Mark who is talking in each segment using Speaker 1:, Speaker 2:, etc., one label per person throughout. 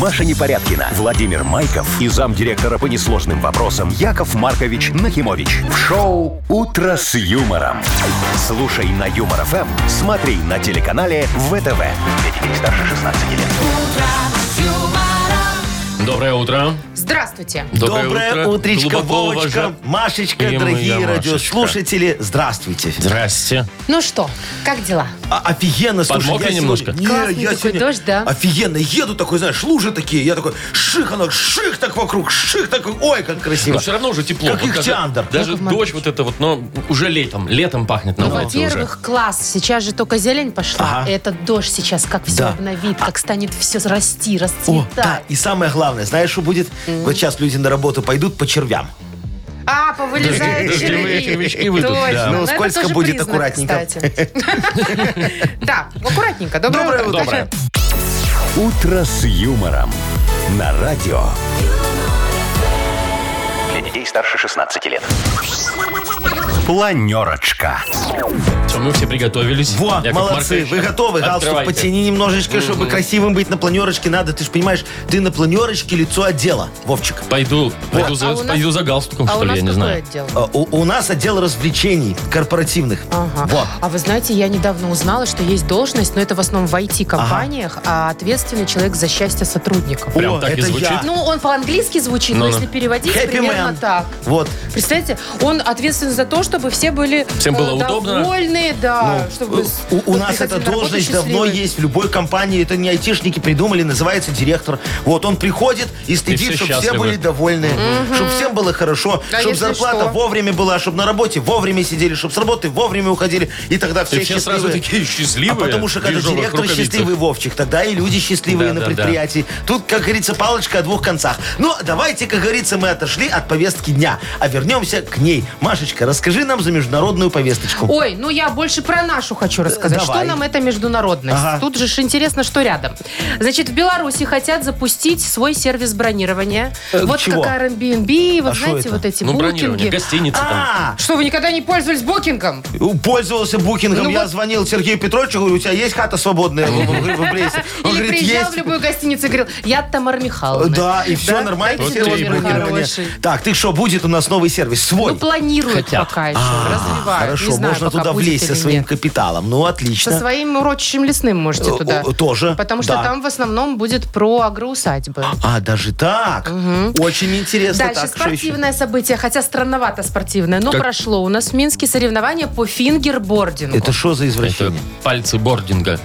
Speaker 1: Маша Непорядкина, Владимир Майков и замдиректора по несложным вопросам Яков Маркович Нахимович. В шоу «Утро с юмором». Слушай на Юмор ФМ, смотри на телеканале ВТВ. Для детей старше 16 лет.
Speaker 2: Доброе утро.
Speaker 3: Здравствуйте.
Speaker 4: Доброе, утречко,
Speaker 2: Глубоко
Speaker 4: Вовочка,
Speaker 2: уважа-
Speaker 4: Машечка,
Speaker 2: И моя
Speaker 4: дорогие
Speaker 2: Машечка.
Speaker 4: радиослушатели, здравствуйте.
Speaker 2: Здрасте.
Speaker 3: Ну что, как дела?
Speaker 4: А- офигенно, слушай,
Speaker 2: Подмокли
Speaker 4: я сегодня-
Speaker 2: немножко?
Speaker 4: Не,
Speaker 3: Классный такой дождь, да?
Speaker 4: Офигенно, еду такой, знаешь, лужи такие, я такой, ших оно, ших так вокруг, ших так, ой, как
Speaker 2: Но
Speaker 4: красиво.
Speaker 2: все равно уже тепло.
Speaker 4: Как
Speaker 2: Вот даже-
Speaker 4: ихтиандр.
Speaker 2: Даже дождь вот это вот,
Speaker 4: ну,
Speaker 2: но уже летом. Летом пахнет на
Speaker 3: Ну,
Speaker 2: улице уже.
Speaker 3: во-первых, класс. Сейчас же только зелень пошла.
Speaker 4: Ага.
Speaker 3: Этот дождь сейчас как все
Speaker 4: Да.
Speaker 3: обновит, как станет все расти,
Speaker 4: О, да,
Speaker 3: расцветать.
Speaker 4: и самое главное, знаешь, что будет? Вот сейчас люди на работу пойдут по червям.
Speaker 3: А, повылезают
Speaker 2: Дождевые червячки выйдут,
Speaker 3: Точно.
Speaker 2: да.
Speaker 4: Ну,
Speaker 3: это
Speaker 4: скользко
Speaker 3: тоже
Speaker 4: будет,
Speaker 3: признак,
Speaker 4: аккуратненько.
Speaker 3: кстати. Да, аккуратненько. Доброе утро. А
Speaker 2: Доброе.
Speaker 1: «Утро с юмором» на радио. Для детей старше 16 лет. Планерочка.
Speaker 2: Все, мы все приготовились.
Speaker 4: Во,
Speaker 2: Яков
Speaker 4: молодцы,
Speaker 2: Маркович,
Speaker 4: вы готовы? Галстук
Speaker 2: открывайте.
Speaker 4: потяни немножечко, чтобы красивым быть на планерочке надо. Ты же понимаешь, ты на планерочке лицо отдела, Вовчик.
Speaker 2: Пойду, пойду, за,
Speaker 3: А у нас-
Speaker 2: пойду за галстуком,
Speaker 3: А
Speaker 2: что
Speaker 3: у
Speaker 2: ли,
Speaker 3: нас
Speaker 2: я не
Speaker 3: какое
Speaker 2: знаю.
Speaker 3: отдел?
Speaker 4: А, У, у нас отдел развлечений корпоративных.
Speaker 3: Ага.
Speaker 4: Вот.
Speaker 3: А вы знаете, я недавно узнала, что есть должность, но это в основном в IT-компаниях, а ответственный человек за счастье сотрудников.
Speaker 2: Прям
Speaker 4: О,
Speaker 2: так и
Speaker 4: это
Speaker 2: звучит.
Speaker 4: я.
Speaker 3: Ну, он по-английски звучит, но
Speaker 2: Ну-ну.
Speaker 3: если переводить,
Speaker 4: Happy
Speaker 3: примерно
Speaker 4: man.
Speaker 3: так.
Speaker 4: Вот.
Speaker 3: Представляете, он ответственен за то, чтобы все были э,
Speaker 2: Всем было удобно.
Speaker 3: довольны, да, чтобы с-
Speaker 4: У, Ну, э, у
Speaker 3: вот
Speaker 4: нас
Speaker 3: приходили
Speaker 4: эта
Speaker 3: на работу
Speaker 4: должность давно
Speaker 3: счастливые.
Speaker 4: есть в любой компании. Это не айтишники придумали, называется директор. Вот он приходит и
Speaker 2: все
Speaker 4: следит, чтобы все
Speaker 2: счастливы.
Speaker 4: были довольны, чтобы всем было хорошо,
Speaker 3: А
Speaker 4: чтобы
Speaker 3: если
Speaker 4: зарплата
Speaker 3: что?
Speaker 4: вовремя была, чтобы на работе вовремя сидели, чтобы с работы вовремя уходили. И тогда все,
Speaker 2: И все сразу
Speaker 4: счастливые.
Speaker 2: такие счастливые,
Speaker 4: А потому что
Speaker 2: в
Speaker 4: когда
Speaker 2: ежовых
Speaker 4: директор
Speaker 2: рукавицах.
Speaker 4: счастливый Вовчик, тогда и люди счастливые
Speaker 2: Да,
Speaker 4: на
Speaker 2: да, да.
Speaker 4: предприятии. Тут, как говорится, палочка о двух концах. Но давайте, как говорится, мы отошли от повестки дня, а вернемся к ней. Машечка, расскажи нам за международную повесточку.
Speaker 3: Ой, ну я больше про нашу хочу рассказать.
Speaker 4: Э,
Speaker 3: Что
Speaker 4: давай.
Speaker 3: нам эта международность?
Speaker 4: Ага.
Speaker 3: Тут же ж интересно, что рядом. Значит, в Беларуси хотят запустить свой сервис бронирования.
Speaker 4: Э,
Speaker 3: вот
Speaker 4: чего?
Speaker 3: как Airbnb, вот
Speaker 4: А шо
Speaker 3: знаете,
Speaker 4: это?
Speaker 3: вот эти
Speaker 2: Ну, бронирование,
Speaker 3: букинги.
Speaker 2: гостиница там.
Speaker 4: А,
Speaker 3: Что, вы никогда не пользовались букингом?
Speaker 4: Пользовался букингом.
Speaker 3: Ну
Speaker 4: я
Speaker 3: вот.
Speaker 4: звонил Сергею Петровичу, говорю, у тебя есть хата свободная в, в- в Бресте?» Он
Speaker 3: Или
Speaker 4: говорит,
Speaker 3: приезжал
Speaker 4: есть.
Speaker 3: в любую гостиницу и говорил, я Тамара Михайловна.
Speaker 4: Да, и все
Speaker 3: Да?
Speaker 4: нормально.
Speaker 3: Такой
Speaker 4: сервис
Speaker 3: номер
Speaker 4: бронирования.
Speaker 3: хороший.
Speaker 4: Так, ты что, будет у нас новый сервис? Свой.
Speaker 3: Ну, планируют
Speaker 2: Хотят.
Speaker 3: пока еще, развивают.
Speaker 4: А, Хорошо,
Speaker 3: не знаю,
Speaker 4: можно
Speaker 3: пока
Speaker 4: туда
Speaker 3: будет
Speaker 4: влезть со
Speaker 3: или
Speaker 4: своим
Speaker 3: нет.
Speaker 4: капиталом. Ну, отлично.
Speaker 3: Со своим урочищем лесным можете
Speaker 4: Э,
Speaker 3: туда.
Speaker 4: о, тоже,
Speaker 3: Потому что
Speaker 4: да.
Speaker 3: там в основном будет про агроусадьбы.
Speaker 4: А, даже так? Очень интересно.
Speaker 3: Дальше
Speaker 4: так, что еще?
Speaker 3: спортивное событие, хотя странновато спортивное, но
Speaker 2: Как?
Speaker 3: прошло у нас в Минске соревнования по фингербордингу.
Speaker 4: Это что за
Speaker 2: Это
Speaker 4: извращение?
Speaker 2: пальцы бординга.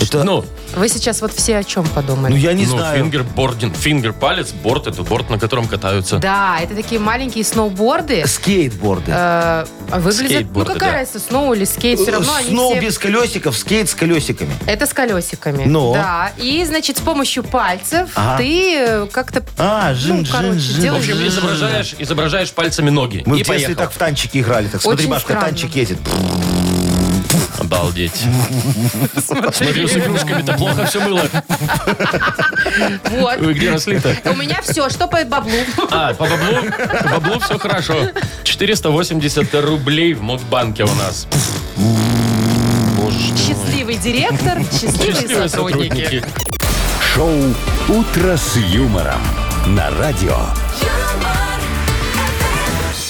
Speaker 4: Это-
Speaker 2: Ну,
Speaker 3: Вы сейчас вот все о чем подумали?
Speaker 4: Ну, я не
Speaker 2: ну,
Speaker 4: знаю.
Speaker 2: фингер, бординг. Фингер, палец, борт. Это борт, на котором катаются.
Speaker 3: Да, это такие маленькие сноуборды.
Speaker 4: Скейтборды.
Speaker 3: э, Выглядят, ну
Speaker 2: Скейтборды,
Speaker 3: какая
Speaker 2: да.
Speaker 3: разница, сноу или скейт, все равно они
Speaker 4: Э, Сноу
Speaker 3: все-
Speaker 4: без колесиков, скейт с колесиками.
Speaker 3: Это с колесиками.
Speaker 4: Ну.
Speaker 3: Да. И, значит, с помощью пальцев
Speaker 4: Ага.
Speaker 3: ты э, как-то...
Speaker 4: А, жим,
Speaker 3: ну,
Speaker 4: жим,
Speaker 3: короче,
Speaker 4: жим.
Speaker 2: В
Speaker 3: делаешь...
Speaker 2: общем, изображаешь, изображаешь пальцами ноги.
Speaker 4: Мы
Speaker 2: и
Speaker 4: Ну, в детстве
Speaker 2: поехал.
Speaker 4: так в танчики играли. Так, смотри,
Speaker 3: Очень
Speaker 4: Машка,
Speaker 3: странно.
Speaker 4: танчик едет.
Speaker 2: Обалдеть. Смотрю, с игрушками-то плохо все было.
Speaker 3: Вот.
Speaker 2: Вы где росли-то?
Speaker 3: У меня все, что по баблу.
Speaker 2: А, по баблу? По баблу все хорошо. 480 рублей в Модбанке у нас. Боже ж ты мой.
Speaker 3: Счастливый директор, счастливые
Speaker 2: Счастливые
Speaker 3: сотрудники.
Speaker 2: сотрудники.
Speaker 1: Шоу «Утро с юмором» на радио.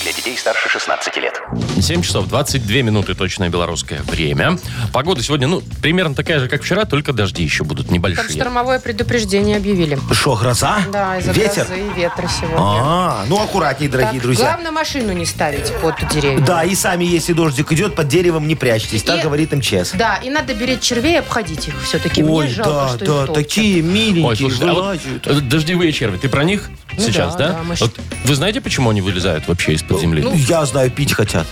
Speaker 1: Для детей старше 16 лет.
Speaker 2: 7 часов 22 минуты точное белорусское время. Погода сегодня, ну, примерно такая же, как вчера, только дожди еще будут
Speaker 3: Там
Speaker 2: небольшие.
Speaker 3: штормовое предупреждение объявили.
Speaker 4: Что, гроза?
Speaker 3: Да, из-за
Speaker 4: Ветер?
Speaker 3: грозы и ветра сегодня.
Speaker 4: А, ну аккуратней,
Speaker 3: Так,
Speaker 4: дорогие друзья.
Speaker 3: Главное машину не ставить под деревья.
Speaker 4: Да, и сами, если дождик идет, под деревом не прячьтесь. Так
Speaker 3: И-
Speaker 4: говорит МЧС.
Speaker 3: Да, и надо беречь червей и обходить их все-таки. Мне
Speaker 4: Ой,
Speaker 3: жалко,
Speaker 4: да,
Speaker 3: что их
Speaker 4: да,
Speaker 3: топчут.
Speaker 4: такие миленькие,
Speaker 2: Ой, слушай, а вот
Speaker 4: вылазят.
Speaker 2: э, дождевые черви, ты про них
Speaker 3: Ну
Speaker 2: сейчас,
Speaker 3: да,
Speaker 2: да?
Speaker 3: да, мы ж-
Speaker 2: Вот вы знаете, почему они вылезают вообще из-под земли?
Speaker 4: Ну, Я знаю, пить хотят.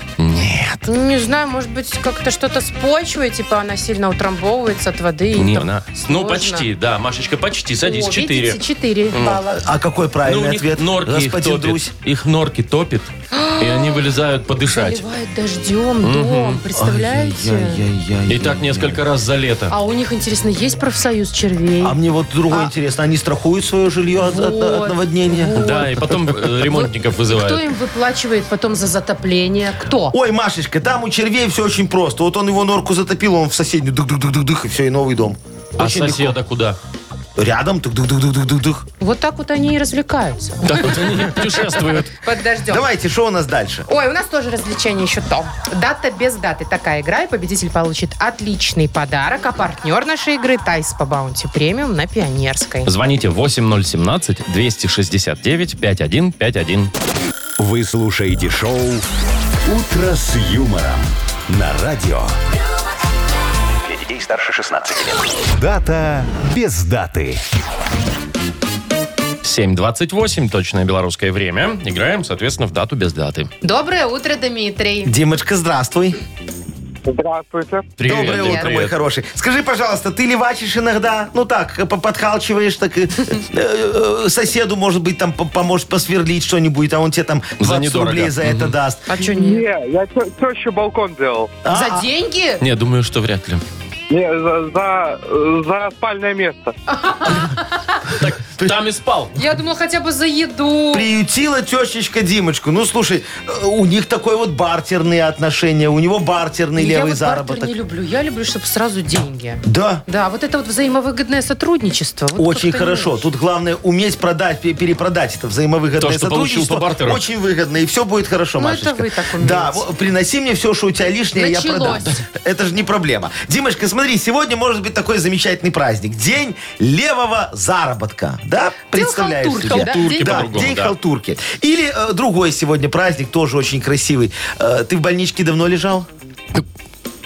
Speaker 3: Не знаю, может быть, как-то что-то с почвой, типа она сильно утрамбовывается от воды. и
Speaker 2: Не,
Speaker 3: там
Speaker 2: на-
Speaker 3: сложно.
Speaker 2: Ну, почти, да, Машечка, почти, садись,
Speaker 3: О,
Speaker 2: четыре.
Speaker 3: видите, четыре балла.
Speaker 4: А какой
Speaker 2: Ну,
Speaker 4: правильный
Speaker 2: у них
Speaker 4: ответ,
Speaker 2: норки их
Speaker 4: господин
Speaker 2: топит.
Speaker 4: Друзь?
Speaker 2: Их норки топит, и
Speaker 3: А,
Speaker 2: они вылезают подышать.
Speaker 3: Заливает дождем дом, представляете?
Speaker 4: Ай-яй-яй-яй-яй.
Speaker 2: И так несколько раз за лето.
Speaker 3: А у них, интересно, есть профсоюз червей?
Speaker 4: А мне вот другое интересно, они страхуют свое жилье от, от- от
Speaker 3: Вот,
Speaker 4: наводнения?
Speaker 3: вот.
Speaker 2: Да, и потом э, ремонтников
Speaker 3: Кто
Speaker 2: вызывают.
Speaker 3: им выплачивает потом за затопление? Кто?
Speaker 4: Ой, Машечка, там у червей все очень просто. Вот он его норку затопил, он в соседнюю дых-дых-дых-дых, и все, и новый дом.
Speaker 2: А
Speaker 4: Очень легко.
Speaker 2: соседа куда?
Speaker 4: Рядом, тук дух дух дух дух дух дух
Speaker 3: Вот так вот они и развлекаются.
Speaker 2: Так вот они путешествуют.
Speaker 3: Под дождем.
Speaker 4: Давайте, что у нас дальше?
Speaker 3: Ой, у нас тоже развлечение еще то. Дата без даты. Такая игра, и победитель получит отличный подарок, а партнер нашей игры Тайс по баунти премиум на Пионерской.
Speaker 2: Звоните 8017-269-5151.
Speaker 1: Вы слушаете шоу «Утро с юмором» на радио. Для детей старше 16 лет. Дата без даты.
Speaker 2: 7.28, точное белорусское время. Играем, соответственно, в дату без даты.
Speaker 3: Доброе утро, Дмитрий.
Speaker 4: Димочка, здравствуй.
Speaker 5: Здравствуйте.
Speaker 2: Привет,
Speaker 4: Доброе
Speaker 2: Андрей,
Speaker 4: утро, мой
Speaker 2: привет.
Speaker 4: хороший. Скажи, пожалуйста, ты левачишь иногда? Ну так, э, по- подхалчиваешь, так э, э, э, соседу, может быть, там по- поможешь посверлить что-нибудь, а он тебе там 20
Speaker 2: недорого.
Speaker 4: рублей за это даст.
Speaker 3: А что не?
Speaker 5: Не, я те- тещу балкон делал.
Speaker 4: А,
Speaker 3: За деньги?
Speaker 2: Не, думаю, что вряд ли.
Speaker 5: Не, за, за, э, за спальное место.
Speaker 2: Там и спал.
Speaker 3: Я думала хотя бы за еду.
Speaker 4: Приютила тещечка Димочку. Ну, слушай, э, у них такой вот бартерные отношения, у него бартерный
Speaker 3: я
Speaker 4: левый
Speaker 3: вот бартер
Speaker 4: заработок.
Speaker 3: не люблю. Я люблю, чтобы сразу деньги.
Speaker 4: Да,
Speaker 3: Да, вот это вот взаимовыгодное сотрудничество. вот
Speaker 4: Очень
Speaker 3: как-то
Speaker 4: хорошо.
Speaker 3: не-
Speaker 4: Тут главное уметь продать, пе- перепродать это взаимовыгодное
Speaker 2: То, что получил
Speaker 4: сотрудничество.
Speaker 2: по бартеру.
Speaker 4: Очень выгодно, и все будет хорошо,
Speaker 3: Ну, это
Speaker 4: Машечка.
Speaker 3: вы так умеете.
Speaker 4: Да, во- приноси мне все, что у тебя лишнее, я продам.
Speaker 3: Началось.
Speaker 4: Это же не проблема. Димочка, смотри, сегодня может быть такой замечательный праздник. День левого заработка. Да? Представляешь
Speaker 3: халтурки, да?
Speaker 4: себе?
Speaker 3: Халтурки
Speaker 4: Да,
Speaker 2: по-другому,
Speaker 4: день
Speaker 2: да.
Speaker 4: халтурки. Или э, другой сегодня праздник, тоже очень красивый. Э, ты в больничке давно лежал?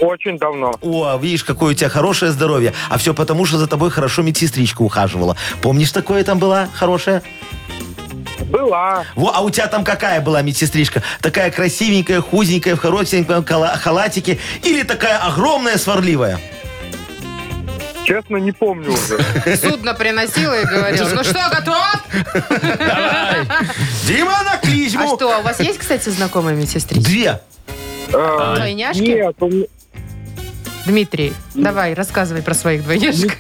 Speaker 5: Очень давно.
Speaker 4: О, видишь, какое у тебя хорошее здоровье. А все потому, что за тобой хорошо медсестричка ухаживала. Помнишь, такое там была хорошее?
Speaker 5: Была.
Speaker 4: Во, а у тебя там какая была медсестричка? Такая красивенькая, худенькая, в коротеньком кала- халатике? Или такая огромная, сварливая?
Speaker 5: Честно, не помню уже.
Speaker 3: Судно приносила и говорила, ну что, готов?
Speaker 4: Дима на
Speaker 3: А
Speaker 4: клизму!
Speaker 3: что, у вас есть, кстати, знакомая медсестричка?
Speaker 4: Две.
Speaker 5: Э,
Speaker 3: Двойняшки?
Speaker 5: Нет, у меня-
Speaker 3: Дмитрий, давай, рассказывай про своих двоежек.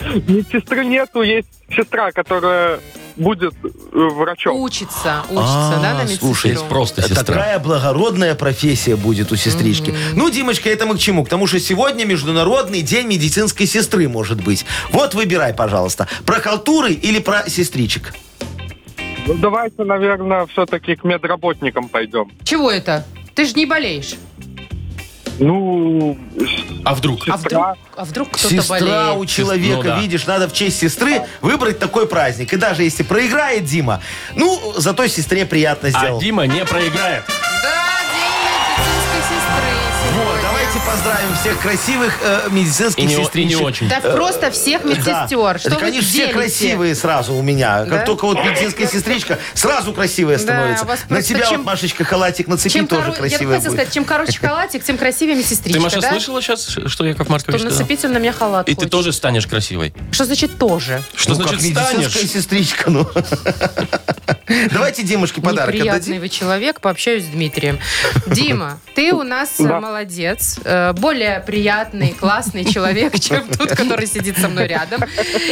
Speaker 5: медсестры нету, есть сестра, которая будет э, врачом.
Speaker 3: Учится, учится,
Speaker 4: А,
Speaker 3: да, на медсестру?
Speaker 4: слушай,
Speaker 2: Есть просто сестра.
Speaker 4: Такая благородная профессия будет у сестрички.
Speaker 3: М-м.
Speaker 4: Ну, Димочка, это мы к чему? К тому, что сегодня Международный день медицинской сестры может быть. Вот выбирай, пожалуйста, про халтуры или про сестричек.
Speaker 5: Ну, давайте, наверное, все-таки к медработникам пойдем.
Speaker 3: Чего это? Ты же не болеешь.
Speaker 5: Ну, с-
Speaker 2: А вдруг?
Speaker 3: А
Speaker 5: Сестра.
Speaker 3: вдруг, а вдруг кто-то
Speaker 4: Сестра у
Speaker 3: болеет?
Speaker 4: человека,
Speaker 2: Ну да.
Speaker 4: видишь, надо в честь сестры выбрать такой праздник. И даже если проиграет Дима, ну, зато сестре приятно
Speaker 2: А
Speaker 4: сделал.
Speaker 2: Дима не проиграет.
Speaker 3: Да, день медицинской сестры
Speaker 4: Вот,
Speaker 3: сегодня.
Speaker 4: давайте поздравим всех красивых э,
Speaker 2: И
Speaker 4: медицинских
Speaker 2: не, и не
Speaker 4: сестричек.
Speaker 2: очень.
Speaker 3: Да просто всех
Speaker 4: Э, Да.
Speaker 3: медсестер. Что
Speaker 4: Да,
Speaker 3: вы
Speaker 4: конечно, все
Speaker 3: делите?
Speaker 4: красивые сразу у меня.
Speaker 3: Да?
Speaker 4: Как только вот медицинская сестричка, сразу красивая
Speaker 3: Да,
Speaker 4: становится.
Speaker 3: у вас
Speaker 4: На
Speaker 3: просто
Speaker 4: тебя
Speaker 3: чем-
Speaker 4: вот, Машечка, халатик нацепи,
Speaker 3: Чем
Speaker 4: тоже
Speaker 3: коро- Я
Speaker 4: красивая
Speaker 3: хотела
Speaker 4: будет.
Speaker 3: сказать, чем короче халатик, тем красивее
Speaker 2: Ты,
Speaker 3: медсестричка,
Speaker 2: Маша,
Speaker 3: да?
Speaker 2: слышала сейчас, что Яков
Speaker 3: То
Speaker 2: Маркович сказал?
Speaker 3: насыпите на меня халат.
Speaker 2: И ты
Speaker 3: хочет.
Speaker 2: тоже станешь красивой.
Speaker 3: Что значит тоже?
Speaker 2: Что
Speaker 4: Ну,
Speaker 2: значит
Speaker 4: как медицинская
Speaker 2: станешь?
Speaker 4: сестричка, ну. Давайте Димушке подарок
Speaker 3: Неприятный
Speaker 4: отдадим.
Speaker 3: вы человек, пообщаюсь с Дмитрием. Дима, ты у нас э,
Speaker 5: Да.
Speaker 3: молодец, э, более приятный, классный человек, чем тот, который сидит со мной рядом.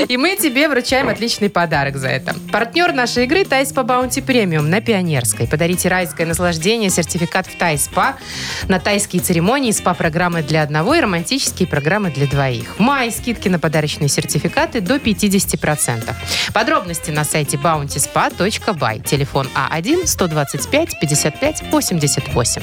Speaker 3: И мы тебе вручаем отличный подарок за это. Партнер нашей игры Тайс по Баунти Премиум на Пионерской. Подарите райское наслаждение, сертификат в Тайспа на тайские церемонии, спа-программы для одного и романтические программы для двоих. В мае скидки на подарочные сертификаты до 50%. Подробности на сайте bountyspa.by. Телефон А А1-125-55-88.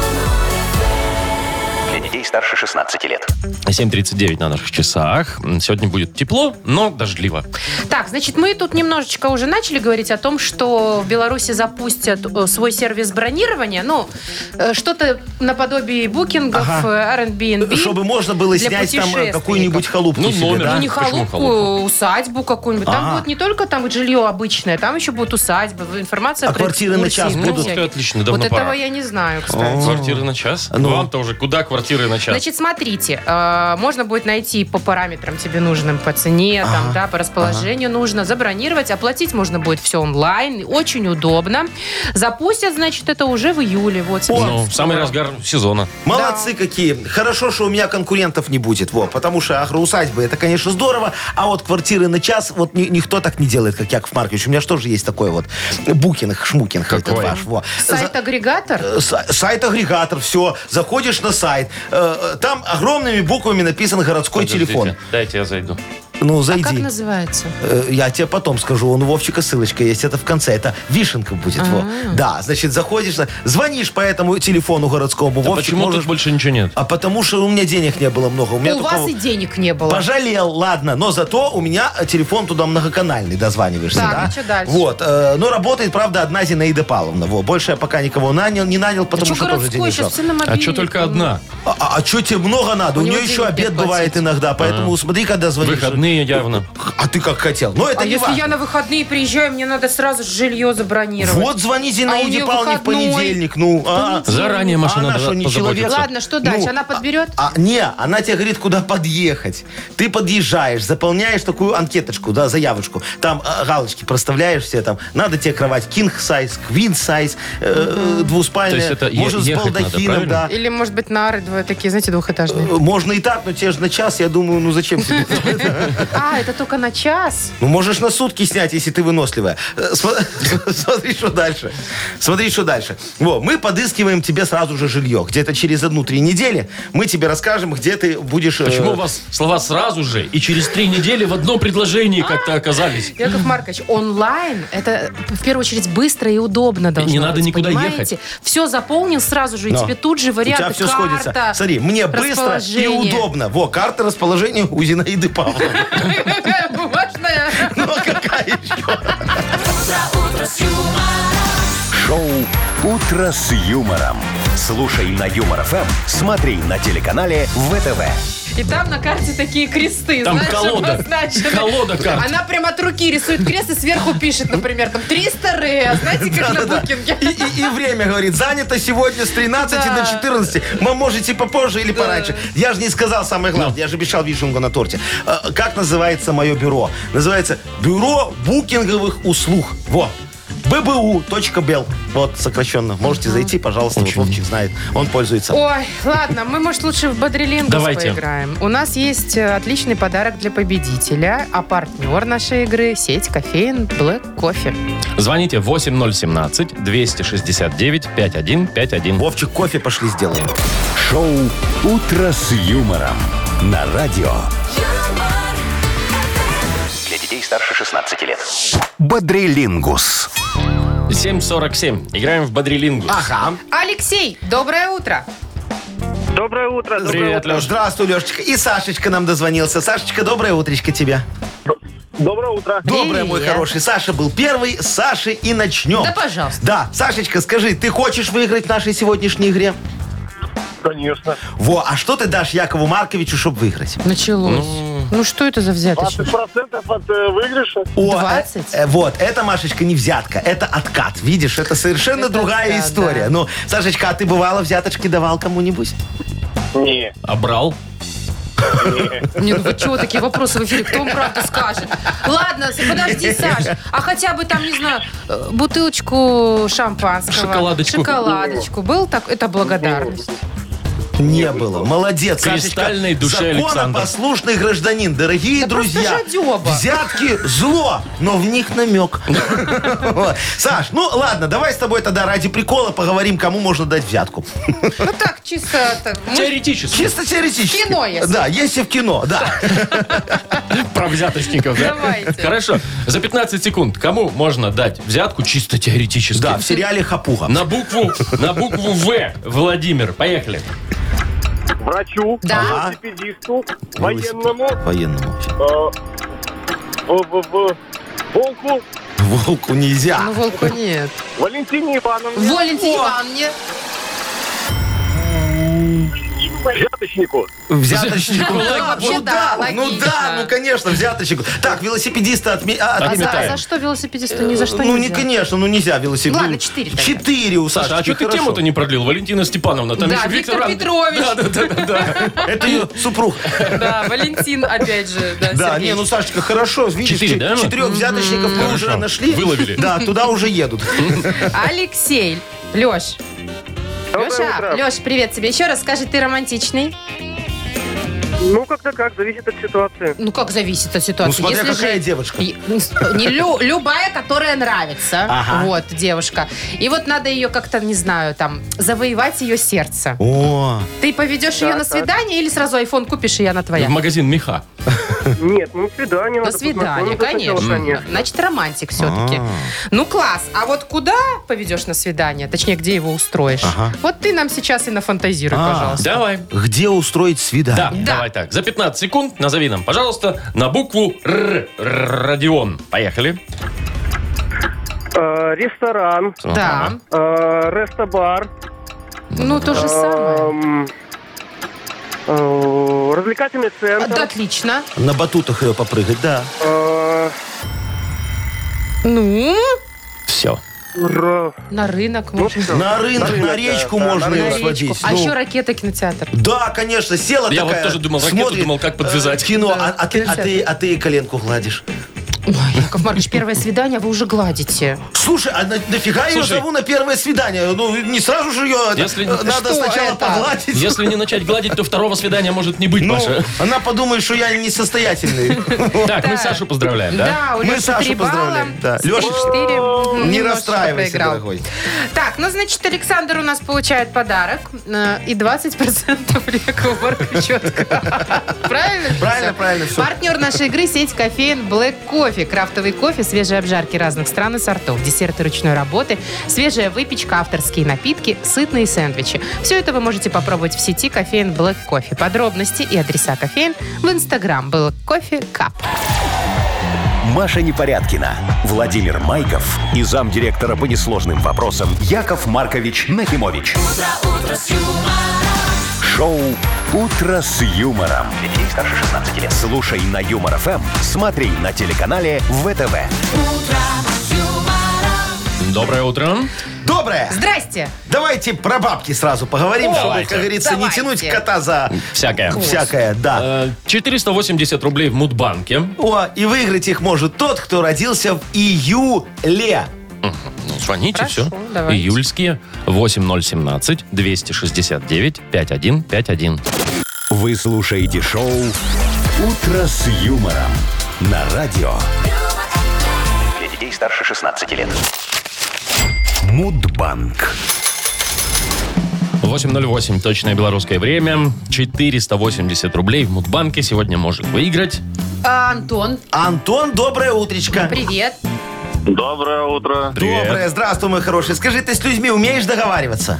Speaker 6: Для детей старше 16 лет.
Speaker 2: 7.39 на наших часах. Сегодня будет тепло, но дождливо.
Speaker 3: Так, значит, мы тут немножечко уже начали говорить о том, что в Беларуси запустят э, свой сервис бронирования. Ну, э, что-то наподобие букингов, э, Airbnb.
Speaker 4: Чтобы можно было
Speaker 3: Для
Speaker 4: снять там э, какую-нибудь
Speaker 3: путешественников.
Speaker 4: халупку
Speaker 2: Ну,
Speaker 4: себе,
Speaker 2: номер.
Speaker 4: да?
Speaker 3: Ну, не
Speaker 2: Почему
Speaker 3: халупку,
Speaker 2: халупу?
Speaker 3: усадьбу какую-нибудь. Там
Speaker 4: Ага.
Speaker 3: будет не только там вот жилье обычное, там еще будет усадьба, информация.
Speaker 4: А
Speaker 3: про
Speaker 4: квартиры на
Speaker 3: экскурсии,
Speaker 4: час
Speaker 3: ну,
Speaker 4: будут?
Speaker 3: всякие.
Speaker 2: Ну, отлично, давно
Speaker 3: Вот этого
Speaker 2: пора.
Speaker 3: я не знаю, кстати.
Speaker 2: Квартиры на час?
Speaker 4: Ну.
Speaker 2: Вам-то уже куда квартиры на час?
Speaker 3: Значит, смотрите, э, можно будет найти по параметрам тебе нужным, по цене, там, да, по расположению нужно, забронировать, оплатить можно будет все онлайн, очень удобно. Запустят, значит, это уже в июле. Вот,
Speaker 2: ну, в самый разгар сезона.
Speaker 4: Молодцы какие. Хорошо, что у меня конкурентов не будет. Во, потому что агроусадьбы, это, конечно, здорово. А вот квартиры на час, вот ни- никто так не делает, как Яков Маркович. У меня же тоже есть такой вот букинг, шмукинг этот
Speaker 2: Какой?
Speaker 4: ваш. Во. За-
Speaker 3: Сайт-агрегатор?
Speaker 4: э, са- Сайт-агрегатор, все. Заходишь на сайт, э, там огромными буквами написан городской
Speaker 2: Подождите,
Speaker 4: телефон.
Speaker 2: Дайте я зайду.
Speaker 4: Ну,
Speaker 3: А как
Speaker 4: зайди.
Speaker 3: называется?
Speaker 4: Э, Я тебе потом скажу, он у Вовчика ссылочка есть, это в конце, это вишенка будет. во.
Speaker 3: А.
Speaker 4: Да, значит, заходишь, на- звонишь по этому телефону городскому,
Speaker 2: Да
Speaker 4: Вовчик,
Speaker 2: почему
Speaker 4: можешь-
Speaker 2: тут больше ничего нет?
Speaker 4: А потому что у меня денег не было много. У, меня
Speaker 3: У
Speaker 4: только
Speaker 3: вас
Speaker 4: вот-
Speaker 3: и денег не было. А
Speaker 4: Пожалел, ладно, но зато у меня э, телефон туда многоканальный, дозваниваешься.
Speaker 3: Так,
Speaker 4: да?
Speaker 3: и чё дальше?
Speaker 4: Вот, э, но работает, правда, одна Зинаида Павловна. Во, больше я пока никого нанял, не нанял,
Speaker 3: А
Speaker 4: потому
Speaker 3: чё
Speaker 4: что тоже
Speaker 3: городской
Speaker 4: денег
Speaker 3: сейчас
Speaker 4: жалко.
Speaker 3: все на
Speaker 2: А
Speaker 3: мобильник?
Speaker 2: что только одна?
Speaker 4: А, а, что тебе много надо?
Speaker 3: У
Speaker 4: У,
Speaker 3: него
Speaker 4: нее еще
Speaker 3: денег
Speaker 4: обед
Speaker 3: нет
Speaker 4: бывает
Speaker 3: платить.
Speaker 4: иногда, поэтому смотри, когда звонишь.
Speaker 2: А. Выходные явно.
Speaker 4: А ты как хотел. Но это
Speaker 3: А
Speaker 4: не
Speaker 3: если
Speaker 4: важно.
Speaker 3: я на выходные приезжаю, мне надо сразу жилье забронировать.
Speaker 4: Вот звони
Speaker 3: А у
Speaker 4: Зинаиде
Speaker 3: неё
Speaker 4: Павловне в
Speaker 3: выходной.
Speaker 4: понедельник. Ну, а,
Speaker 2: Заранее машина
Speaker 4: она что, не человек?
Speaker 3: Ладно, что дальше? Она подберет?
Speaker 4: А, не, она тебе говорит, куда подъехать. Ты подъезжаешь, заполняешь такую анкеточку, да, заявочку. Там э, галочки проставляешь все, там, надо тебе кровать king size, queen size, э, двуспальная.
Speaker 2: То есть это е-
Speaker 4: может, с
Speaker 2: ехать надо,
Speaker 4: балдахином,
Speaker 2: правильно?
Speaker 4: да.
Speaker 3: Или, может быть, нары двое такие, знаете,
Speaker 4: Э,
Speaker 3: двухэтажные.
Speaker 4: Можно и так, но тебе же на час, я думаю, ну зачем тебе?
Speaker 3: А, это только на час?
Speaker 4: Ну, можешь на сутки снять, если ты выносливая. Э, смо- Смотри, что дальше. Смотри, что дальше. Во, мы подыскиваем тебе сразу же жилье. Где-то через одну-три недели мы тебе расскажем, где ты будешь... э,
Speaker 2: Почему у вас слова сразу же и через три недели в одном предложении как-то оказались?
Speaker 3: Яков Маркович, онлайн это в первую очередь быстро и удобно должно
Speaker 2: не надо
Speaker 3: быть,
Speaker 2: никуда
Speaker 3: понимаете?
Speaker 2: ехать.
Speaker 3: Все заполнил сразу же, и
Speaker 4: Но.
Speaker 3: тебе тут же
Speaker 4: У
Speaker 3: варианты
Speaker 4: тебя все
Speaker 3: карта,
Speaker 4: сходится. Смотри, мне быстро и
Speaker 3: а, расположение.
Speaker 4: удобно. Во, карта расположения у Зинаиды Павловны.
Speaker 3: Какая бумажная.
Speaker 4: Ну, а какая еще?
Speaker 1: Шоу «Утро с юмором». Слушай на Юмор ФМ, смотри на телеканале ВТВ.
Speaker 3: И там на карте такие кресты,
Speaker 2: Там
Speaker 3: знаешь,
Speaker 2: колода.
Speaker 3: обозначены.
Speaker 2: Колода карт.
Speaker 3: Она прям от руки рисует крест и сверху пишет, например, там 300 ре, знаете, как на
Speaker 4: Да-да-да.
Speaker 3: букинге.
Speaker 4: И, и- и время, говорит, занято сегодня с 13
Speaker 3: Да.
Speaker 4: до 14. Мы можете попозже или пораньше. Я же не сказал самое главное. Я же обещал вишенку на торте. Э, Как называется мое бюро? Называется «Бюро букинговых услуг». Во. bbu.bel. Вот, сокращенно. Можете зайти, пожалуйста. Вот Вовчик знает. Он пользуется.
Speaker 3: Ой, ладно, мы, может, лучше в Бодрилингус
Speaker 2: Давайте.
Speaker 3: поиграем. У нас есть э, отличный подарок для победителя, а партнер нашей игры – сеть кофеин Black Кофе.
Speaker 2: Звоните 8017-269-5151.
Speaker 4: Вовчик, кофе пошли сделаем.
Speaker 1: Шоу «Утро с юмором» на радио
Speaker 7: юмор,
Speaker 6: Для детей старше 16 лет.
Speaker 1: «Бодрилингус».
Speaker 2: 747. Играем в Бодрилингу.
Speaker 4: Ага.
Speaker 3: Алексей, доброе утро.
Speaker 5: Доброе утро.
Speaker 2: Привет, Леш.
Speaker 4: Здравствуй, Лешечка. И Сашечка нам дозвонился. Сашечка, доброе утречко тебе.
Speaker 5: Доброе утро.
Speaker 4: Доброе, мой
Speaker 3: Привет.
Speaker 4: хороший. Саша был первый. С Саши и начнем.
Speaker 3: Да, пожалуйста.
Speaker 4: Да, Сашечка, скажи, ты хочешь выиграть в нашей сегодняшней игре?
Speaker 5: Конечно.
Speaker 4: Во, а что ты дашь Якову Марковичу, чтобы выиграть?
Speaker 3: Началось. Ну, что это за взяточка?
Speaker 5: 20% от э, выигрыша.
Speaker 4: О,
Speaker 3: 20?
Speaker 4: э, э, вот, это, Машечка, не взятка, это откат. Видишь, это совершенно
Speaker 3: Это
Speaker 4: другая
Speaker 3: да,
Speaker 4: история.
Speaker 3: да.
Speaker 4: Ну, Сашечка, а ты бывала взяточки давал кому-нибудь?
Speaker 5: Не.
Speaker 2: А брал?
Speaker 3: Не, ну вы чего такие вопросы в эфире? Кто вам правду скажет? Ладно, с- подожди, Саш. А хотя бы там, не знаю, э, бутылочку шампанского.
Speaker 2: Шоколадочку.
Speaker 3: Шоколадочку. Был так? Это благодарность.
Speaker 4: Не было. Молодец,
Speaker 2: Кристальной душе Александр.
Speaker 4: послушный гражданин, дорогие
Speaker 3: Да
Speaker 4: друзья.
Speaker 3: просто жадёба.
Speaker 4: Взятки зло, но в них намек. Саш, ну ладно, давай с тобой тогда ради прикола поговорим, кому можно дать взятку.
Speaker 3: Ну так, чисто так. мы-
Speaker 2: Теоретически.
Speaker 4: Чисто теоретически.
Speaker 3: В кино, если.
Speaker 4: Да, если в кино, да.
Speaker 2: Про взяточников, да?
Speaker 3: Давайте.
Speaker 2: Хорошо. За 15 секунд кому можно дать взятку чисто теоретически?
Speaker 4: Да, в сериале Хапуха.
Speaker 2: На букву, на букву В. Владимир, поехали.
Speaker 5: Врачу,
Speaker 3: Да.
Speaker 5: велосипедисту, военному,
Speaker 4: Военному.
Speaker 5: э, в- в- в- волку,
Speaker 4: Волку
Speaker 3: Ну,
Speaker 4: нельзя.
Speaker 3: волку нет.
Speaker 5: Валентине Ивановне,
Speaker 3: Валентине Ивановне.
Speaker 5: взяточнику.
Speaker 4: Взяточнику.
Speaker 2: Ну,
Speaker 4: Да,
Speaker 3: вообще
Speaker 4: ну
Speaker 3: да,
Speaker 4: да, ну
Speaker 3: логично.
Speaker 4: да, ну конечно, взяточнику. Так, велосипедиста отме- а,
Speaker 3: А за,
Speaker 2: Отметаем.
Speaker 3: за что велосипедисту? Ни за что
Speaker 4: Ну, не,
Speaker 3: нельзя.
Speaker 4: конечно, ну нельзя велосипед.
Speaker 3: Ладно, четыре тогда.
Speaker 4: Четыре у Саши.
Speaker 2: Саша, а что ты тему-то не продлил? Валентина Степановна. Там
Speaker 3: Да,
Speaker 2: еще
Speaker 3: Виктор
Speaker 2: Ран-
Speaker 3: Петрович.
Speaker 2: Да, да, да, да, да.
Speaker 4: Это ее супруг.
Speaker 3: Да, Валентин, опять же, да,
Speaker 4: Да,
Speaker 3: Сергей.
Speaker 4: не, ну, Сашечка, хорошо, видишь,
Speaker 2: Четыре, да, мы?
Speaker 4: четырех взяточников мы уже
Speaker 2: Хорошо.
Speaker 4: нашли.
Speaker 2: Выловили.
Speaker 4: Да, туда уже едут.
Speaker 3: Алексей. Леш.
Speaker 5: Доброе
Speaker 3: Леша,
Speaker 5: утро.
Speaker 3: Леш, привет тебе. Еще раз скажи, ты романтичный?
Speaker 5: Ну, как-то как, зависит от ситуации.
Speaker 3: Ну, как зависит от ситуации.
Speaker 4: Ну, смотря
Speaker 3: Если
Speaker 4: какая
Speaker 3: же-
Speaker 4: девочка.
Speaker 3: И- ну, Не лю- любая, которая нравится.
Speaker 4: Ага.
Speaker 3: Вот, девушка. И вот надо ее как-то, не знаю, там, завоевать ее сердце.
Speaker 4: О,
Speaker 3: Ты поведешь ее на свидание или сразу айфон купишь, и она твоя?
Speaker 2: В магазин меха.
Speaker 5: Нет, ну свидание.
Speaker 3: На
Speaker 5: надо
Speaker 3: свидание,
Speaker 5: познакомиться сначала,
Speaker 3: конечно.
Speaker 5: конечно.
Speaker 3: Значит, романтик все-таки.
Speaker 4: А.
Speaker 3: Ну, класс. А вот куда поведешь на свидание? Точнее, где его устроишь? Вот ты нам сейчас и нафантазируй,
Speaker 4: А.
Speaker 3: пожалуйста.
Speaker 2: Давай.
Speaker 4: где устроить
Speaker 2: Да,
Speaker 4: свидание?
Speaker 2: давай так. За 15 секунд назови нам, пожалуйста, на букву Р. Р- Родион. Поехали.
Speaker 5: Э, Ресторан,
Speaker 3: Да.
Speaker 5: э, рестобар,
Speaker 3: Ну, то же самое.
Speaker 5: эм, э, развлекательный
Speaker 3: Да,
Speaker 5: центр.
Speaker 3: отлично.
Speaker 4: На батутах ее попрыгать, да.
Speaker 5: э,
Speaker 3: Ну,
Speaker 2: Все.
Speaker 5: р-
Speaker 3: на рынок
Speaker 5: Ну,
Speaker 3: можно.
Speaker 5: всё.
Speaker 4: На рынок,
Speaker 5: рынок,
Speaker 4: на
Speaker 5: да,
Speaker 4: речку
Speaker 5: да,
Speaker 4: можно
Speaker 5: на
Speaker 4: ее
Speaker 5: речку.
Speaker 4: сводить.
Speaker 3: А
Speaker 4: Ну,
Speaker 3: еще ракета кинотеатр.
Speaker 4: Да, конечно, села
Speaker 2: Я
Speaker 4: такая.
Speaker 2: вот тоже думал, ракету
Speaker 4: смотрит,
Speaker 2: думал, как
Speaker 4: э,
Speaker 2: подвязать.
Speaker 4: кино,
Speaker 3: Да,
Speaker 4: а, а ты, а,
Speaker 3: перчатки.
Speaker 4: ты, а ты ей коленку гладишь.
Speaker 3: Ой, Яков Маркович, первое свидание, вы уже гладите.
Speaker 4: Слушай, а на- нафига я ее
Speaker 2: Слушай.
Speaker 4: зову на первое свидание? Ну, не сразу же ее... это,
Speaker 2: Если-
Speaker 4: э, Надо
Speaker 3: Что
Speaker 4: сначала
Speaker 3: это?
Speaker 4: погладить.
Speaker 2: Если не начать гладить, то второго свидания может не быть,
Speaker 4: Ну,
Speaker 2: Маша.
Speaker 4: она подумает, что я несостоятельный.
Speaker 2: Так, мы Сашу поздравляем, да?
Speaker 3: у
Speaker 4: Мы
Speaker 3: Леши
Speaker 4: Сашу
Speaker 3: три балла.
Speaker 4: поздравляем, да.
Speaker 3: Сергей
Speaker 4: Леша,
Speaker 3: четыре. М,
Speaker 4: Не
Speaker 3: немножечко
Speaker 4: расстраивайся,
Speaker 3: проиграл.
Speaker 4: дорогой.
Speaker 3: Так, ну, значит, Александр у нас получает подарок. э, И 20% Якова Марковича отката. Правильно? всё?
Speaker 4: Правильно, правильно, всё.
Speaker 3: Партнер нашей игры – сеть кофеин Black Coffee. Крафтовый кофе, свежие обжарки разных стран и сортов, десерты ручной работы, свежая выпечка, авторские напитки, сытные сэндвичи. Все это вы можете попробовать в сети кофеин Black Coffee. Подробности и адреса кофеин в Instagram Black Coffee Cup.
Speaker 1: Маша Непорядкина, Владимир Майков и замдиректора по несложным вопросам Яков Маркович Нахимович. Шоу Утро с юмором. Детей старше 16 лет. Слушай на юмор ФМ, смотри на телеканале ВТВ.
Speaker 2: Доброе утро.
Speaker 4: Доброе.
Speaker 3: Здрасте!
Speaker 4: Давайте про бабки сразу поговорим, чтобы,
Speaker 2: Давайте.
Speaker 4: как говорится, не
Speaker 3: Давайте.
Speaker 4: тянуть кота за
Speaker 2: Всякое.
Speaker 4: всякое, да.
Speaker 2: Э, 480 рублей в Мудбанке. Ну,
Speaker 4: О, и выиграть их может тот, кто родился в июле.
Speaker 2: Ну, звоните,
Speaker 3: Хорошо,
Speaker 2: все.
Speaker 3: давайте.
Speaker 2: Июльские 8017-269-5151.
Speaker 1: Вы слушаете шоу Утро с юмором на радио
Speaker 6: Для детей старше 16 лет.
Speaker 1: Мудбанк.
Speaker 2: 8.08, точное белорусское время. 480 рублей в Мудбанке сегодня может выиграть.
Speaker 3: А, Антон,
Speaker 4: Антон, доброе утречко.
Speaker 3: привет.
Speaker 5: Доброе утро.
Speaker 2: Привет.
Speaker 4: Доброе, здравствуй, мой хороший. Скажи, ты с людьми умеешь договариваться?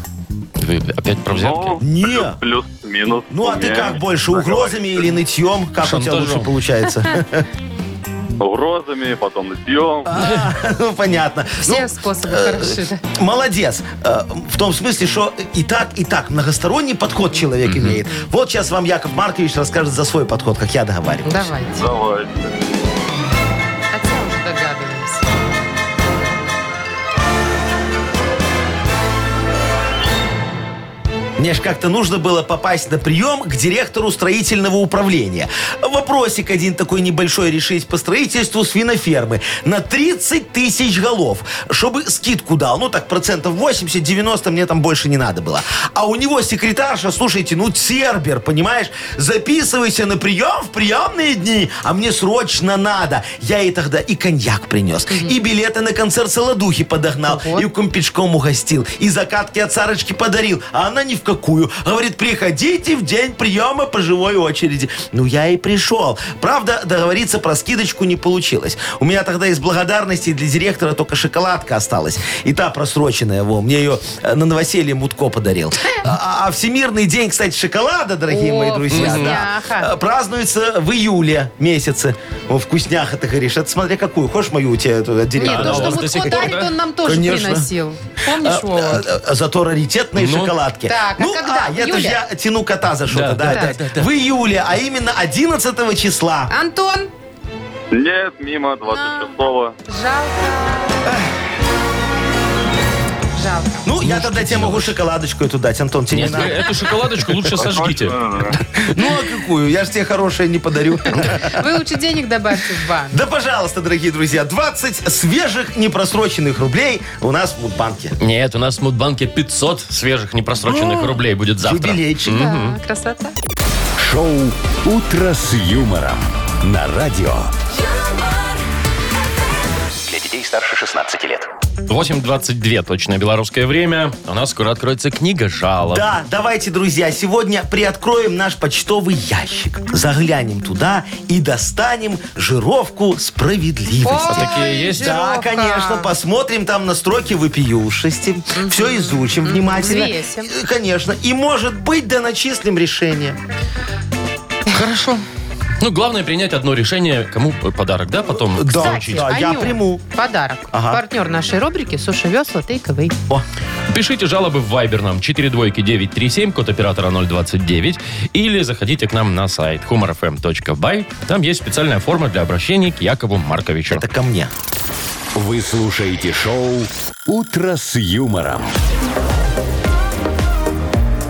Speaker 2: Вы опять про взятки?
Speaker 5: Ну,
Speaker 4: Не.
Speaker 5: плюс- Плюс-минус.
Speaker 4: Ну, а ты
Speaker 5: умеем.
Speaker 4: как больше, угрозами или нытьем? Как у тебя
Speaker 2: Шантажом.
Speaker 4: лучше получается?
Speaker 5: Угрозами, потом нытьем.
Speaker 4: А, Ну, понятно.
Speaker 3: Все
Speaker 4: Ну,
Speaker 3: способы
Speaker 4: э,
Speaker 3: хороши. да.
Speaker 4: Молодец. Э, В том смысле, что и так, и так многосторонний подход человек имеет. Вот сейчас вам Яков Маркович расскажет за свой подход, как я договариваюсь.
Speaker 3: Давайте.
Speaker 5: Давайте.
Speaker 3: Хотя уже догадываемся.
Speaker 4: Мне же как-то нужно было попасть на прием к директору строительного управления. Вопросик один такой небольшой решить по строительству свинофермы. На 30 тысяч голов. Чтобы скидку дал. Ну так, процентов 80-90 мне там больше не надо было. А у него секретарша, слушайте, ну Цербер, понимаешь? Записывайся на прием в приемные дни. А мне срочно надо. Я ей тогда и коньяк принес. И билеты на концерт Солодухи подогнал.
Speaker 3: Ого.
Speaker 4: И компичком угостил. И закатки от Сарочки подарил. А она ни в какую. Говорит, приходите в день приема по живой очереди. Ну, я и пришел. Правда, договориться про скидочку не получилось. У меня тогда из благодарности для директора только шоколадка осталась. И та просроченная, во. Мне ее э, на новоселье Мутко подарил. А, а Всемирный день, кстати, шоколада, дорогие
Speaker 3: О,
Speaker 4: мои друзья, да,
Speaker 3: вкусняха.
Speaker 4: э, празднуется в июле месяце. О, вкусняха, ты говоришь. Это смотря какую. Хочешь мою у тебя эту, от директора?
Speaker 3: Нет, ну,
Speaker 2: она
Speaker 3: то,
Speaker 2: у
Speaker 3: что
Speaker 2: вас до сих
Speaker 3: Мутко
Speaker 2: пор,
Speaker 3: дарит,
Speaker 2: да?
Speaker 3: он нам тоже
Speaker 4: типа- Конечно.
Speaker 3: приносил. Помнишь, Вова?
Speaker 4: А, а, Зато раритетные
Speaker 2: Ну.
Speaker 4: шоколадки.
Speaker 3: Так, а
Speaker 4: ну,
Speaker 3: когда? В
Speaker 4: я, это ж
Speaker 3: июле?
Speaker 4: я тяну кота за что-то,
Speaker 2: Да,
Speaker 4: да,
Speaker 2: да,
Speaker 4: опять.
Speaker 2: да, да.
Speaker 4: В июле, а именно 11 числа.
Speaker 3: А. Антон,
Speaker 5: Нет, мимо 26-го.
Speaker 3: жалко. Жалко.
Speaker 4: Ну, я тогда тебе могу шоколадочку эту дать, Антон, тебе не
Speaker 2: Нет, вы
Speaker 4: надо.
Speaker 2: эту шоколадочку лучше сожгите.
Speaker 4: Ну, а какую? Я же тебе хорошее не подарю.
Speaker 3: Вы лучше денег добавьте в банк.
Speaker 4: Да, пожалуйста, дорогие друзья, 20 свежих непросроченных рублей у нас в банке.
Speaker 2: Нет, у нас в Мудбанке 500 свежих непросроченных рублей будет завтра.
Speaker 4: Юбилейчик.
Speaker 3: Да, А, красота.
Speaker 1: Шоу «Утро с юмором» на радио.
Speaker 7: юмор,
Speaker 6: Для детей старше 16 лет.
Speaker 2: 8.22 точное белорусское время. У нас скоро откроется книга жалоб.
Speaker 4: Да, давайте, друзья, сегодня приоткроем наш почтовый ящик. Заглянем туда и достанем жировку справедливости.
Speaker 3: Ой,
Speaker 2: такие есть?
Speaker 4: Да,
Speaker 3: жировка.
Speaker 4: конечно, посмотрим там на строки вопиюшести. Все изучим внимательно.
Speaker 3: Взвесим.
Speaker 4: Э, Конечно. И, может быть, да начислим решение.
Speaker 2: Хорошо. Ну, главное принять одно решение, кому подарок, да, потом?
Speaker 3: Кстати, а
Speaker 4: да, А я
Speaker 3: Анют,
Speaker 4: приму.
Speaker 3: Подарок.
Speaker 4: Ага.
Speaker 3: Партнер нашей рубрики «Суши весла Тейковый».
Speaker 2: Пишите жалобы в Viber нам 42937, код оператора 029, или заходите к нам на сайт humorfm.by. Там есть специальная форма для обращений к Якову Марковичу.
Speaker 4: Это ко мне.
Speaker 1: Вы слушаете шоу «Утро с юмором».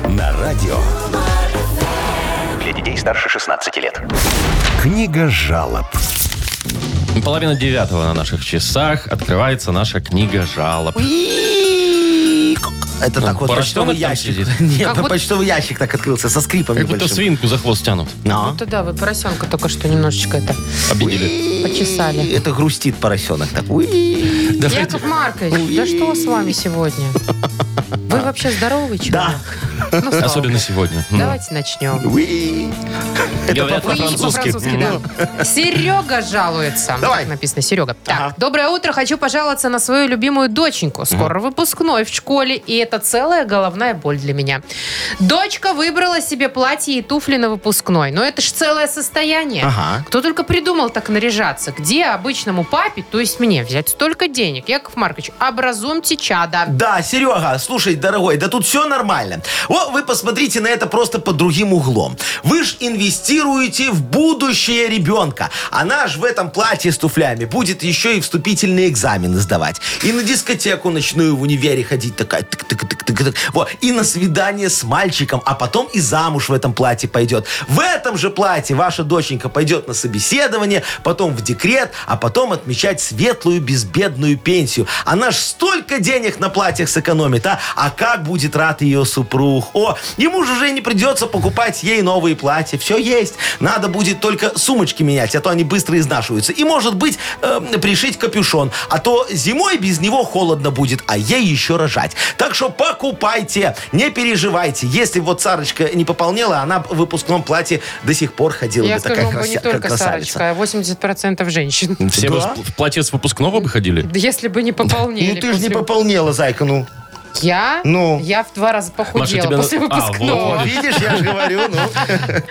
Speaker 1: На радио.
Speaker 6: Для детей старше 16 лет.
Speaker 1: Книга жалоб.
Speaker 2: Половина девятого на наших часах открывается наша книга жалоб.
Speaker 4: Это так вот
Speaker 2: поросенок
Speaker 4: почтовый
Speaker 2: Ну, там
Speaker 4: ящик.
Speaker 2: сидит?
Speaker 4: Нет,
Speaker 3: Как
Speaker 4: ну,
Speaker 3: будто-
Speaker 4: почтовый ящик так открылся со скрипом
Speaker 2: Как будто
Speaker 4: небольшим.
Speaker 2: свинку за хвост тянут.
Speaker 4: Но.
Speaker 3: Вот да, вы поросенка только что немножечко это
Speaker 2: Обидели.
Speaker 3: почесали.
Speaker 4: Это грустит поросенок. Так. Уи.
Speaker 2: Давайте.
Speaker 3: Яков Маркович, да что с вами сегодня? Вы вообще здоровый человек? Ну, слава
Speaker 2: Особенно
Speaker 3: богу.
Speaker 2: сегодня. М.
Speaker 3: Давайте начнем.
Speaker 4: Уи.
Speaker 2: Говорят по-французски.
Speaker 3: да. Серега жалуется.
Speaker 4: Давай.
Speaker 3: Так написано, Серега. Так,
Speaker 4: Ага.
Speaker 3: доброе утро. Хочу пожаловаться на свою любимую доченьку. Скоро выпускной в школе, и это целая головная боль для меня. Дочка выбрала себе платье и туфли на выпускной. Но это ж целое состояние.
Speaker 4: Ага.
Speaker 3: Кто только придумал так наряжаться. Где обычному папе, то есть мне, взять столько денег? Яков Маркович, образумте чада.
Speaker 4: Да, Серега, слушай, дорогой, да тут все нормально. О, вы посмотрите на это просто под другим углом. Вы же инвестируете в будущее ребенка. Она же в этом платье с туфлями будет еще и вступительные экзамены сдавать. И на дискотеку ночную в универе ходить такая. тык, тык, тык, тык, тык. Вот. И на свидание с мальчиком, а потом и замуж в этом платье пойдет. В этом же платье ваша доченька пойдет на собеседование, потом в декрет, а потом отмечать светлую безбедную пенсию. Она ж столько денег на платьях сэкономит, а? А как будет рад ее супруг? О, ему же уже не придется покупать ей новые платья. Все есть. Надо будет только сумочки менять, а то они быстро изнашиваются. И, может быть, эм, пришить капюшон. А то зимой без него холодно будет, а ей еще рожать. Так что покупайте, не переживайте. Если вот Сарочка не пополнела, она в выпускном платье до сих пор ходила
Speaker 3: Я
Speaker 4: бы
Speaker 3: скажу,
Speaker 4: такая
Speaker 3: вам, вы не
Speaker 4: крася-
Speaker 3: только
Speaker 4: красавица.
Speaker 3: Сарочка, а 80% женщин.
Speaker 2: Все бы
Speaker 4: Да?
Speaker 2: с- в платье с выпускного бы ходили?
Speaker 3: Да Если бы не пополнили.
Speaker 4: Ну ты же не
Speaker 3: после
Speaker 4: пополнела, зайка, ну.
Speaker 3: Я?
Speaker 4: Ну?
Speaker 3: Я в два раза похудела
Speaker 2: Маша, тебя на-
Speaker 3: после
Speaker 2: А,
Speaker 3: выпускного.
Speaker 2: вот,
Speaker 4: Видишь, я же говорю, ну.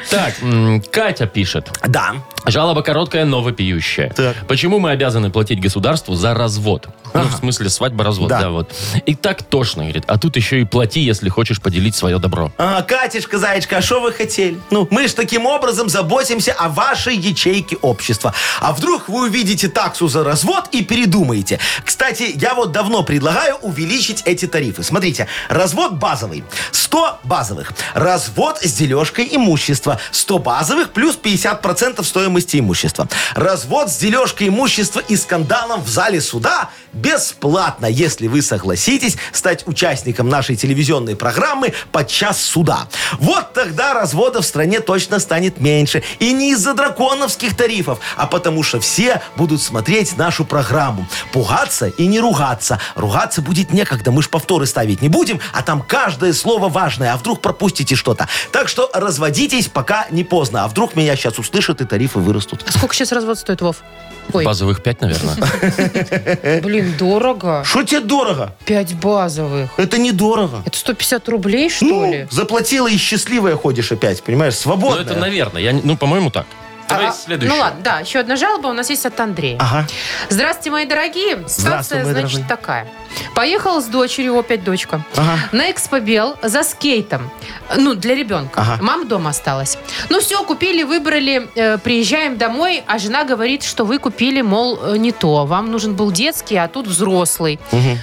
Speaker 2: Так, м, Катя пишет.
Speaker 4: Да.
Speaker 2: Жалоба короткая, но вопиющая.
Speaker 4: Так.
Speaker 2: Почему мы обязаны платить государству за развод? Ну, в смысле, свадьба, развод, да.
Speaker 4: Да.
Speaker 2: вот. И так тошно, говорит. А тут еще и плати, если хочешь поделить свое добро.
Speaker 4: А, Катюшка, Зайчка, а что вы хотели? Ну, мы ж таким образом заботимся о вашей ячейке общества. А вдруг вы увидите таксу за развод и передумаете? Кстати, я вот давно предлагаю увеличить эти тарифы. Смотрите, развод базовый. 100 базовых. Развод с дележкой имущества. 100 базовых плюс 50% стоимости имущества. Развод с дележкой имущества и скандалом в зале суда бесплатно, если вы согласитесь стать участником нашей телевизионной программы под час суда. Вот тогда разводов в стране точно станет меньше. И не из-за драконовских тарифов, а потому что все будут смотреть нашу программу. Пугаться и не ругаться. Ругаться будет некогда, мы ж повторы ставить не будем, а там каждое слово важное, а вдруг пропустите что-то. Так что разводитесь, пока не поздно. А вдруг меня сейчас услышат и тарифы вырастут.
Speaker 3: Сколько сейчас развод стоит, Вов? Ой,
Speaker 2: Базовых пять, наверное.
Speaker 3: блин, дорого.
Speaker 4: Что тебе дорого?
Speaker 3: Пять базовых.
Speaker 4: Это недорого.
Speaker 3: Это 150 рублей, что
Speaker 4: Ну,
Speaker 3: ли?
Speaker 4: заплатила и счастливая ходишь опять, понимаешь,
Speaker 2: Ну,
Speaker 4: свободная.
Speaker 2: это, наверное. Я, не- ну, по-моему, так. Давай
Speaker 3: А,
Speaker 2: следующую.
Speaker 3: Ну ладно, да, еще одна жалоба у нас есть от Андрея.
Speaker 4: Ага.
Speaker 3: Здравствуйте, мои дорогие.
Speaker 4: А. Здравствуй,
Speaker 3: Ситуация,
Speaker 4: мои
Speaker 3: значит,
Speaker 4: дорогие. А.
Speaker 3: такая. Поехала с дочерью, опять дочка,
Speaker 4: Ага.
Speaker 3: на экспобел за скейтом. Ну, для ребенка.
Speaker 4: Ага.
Speaker 3: Мама дома осталась. Ну все, купили, выбрали, э, приезжаем домой, а жена говорит, что вы купили, мол, э, не то. Вам нужен был детский, а тут взрослый.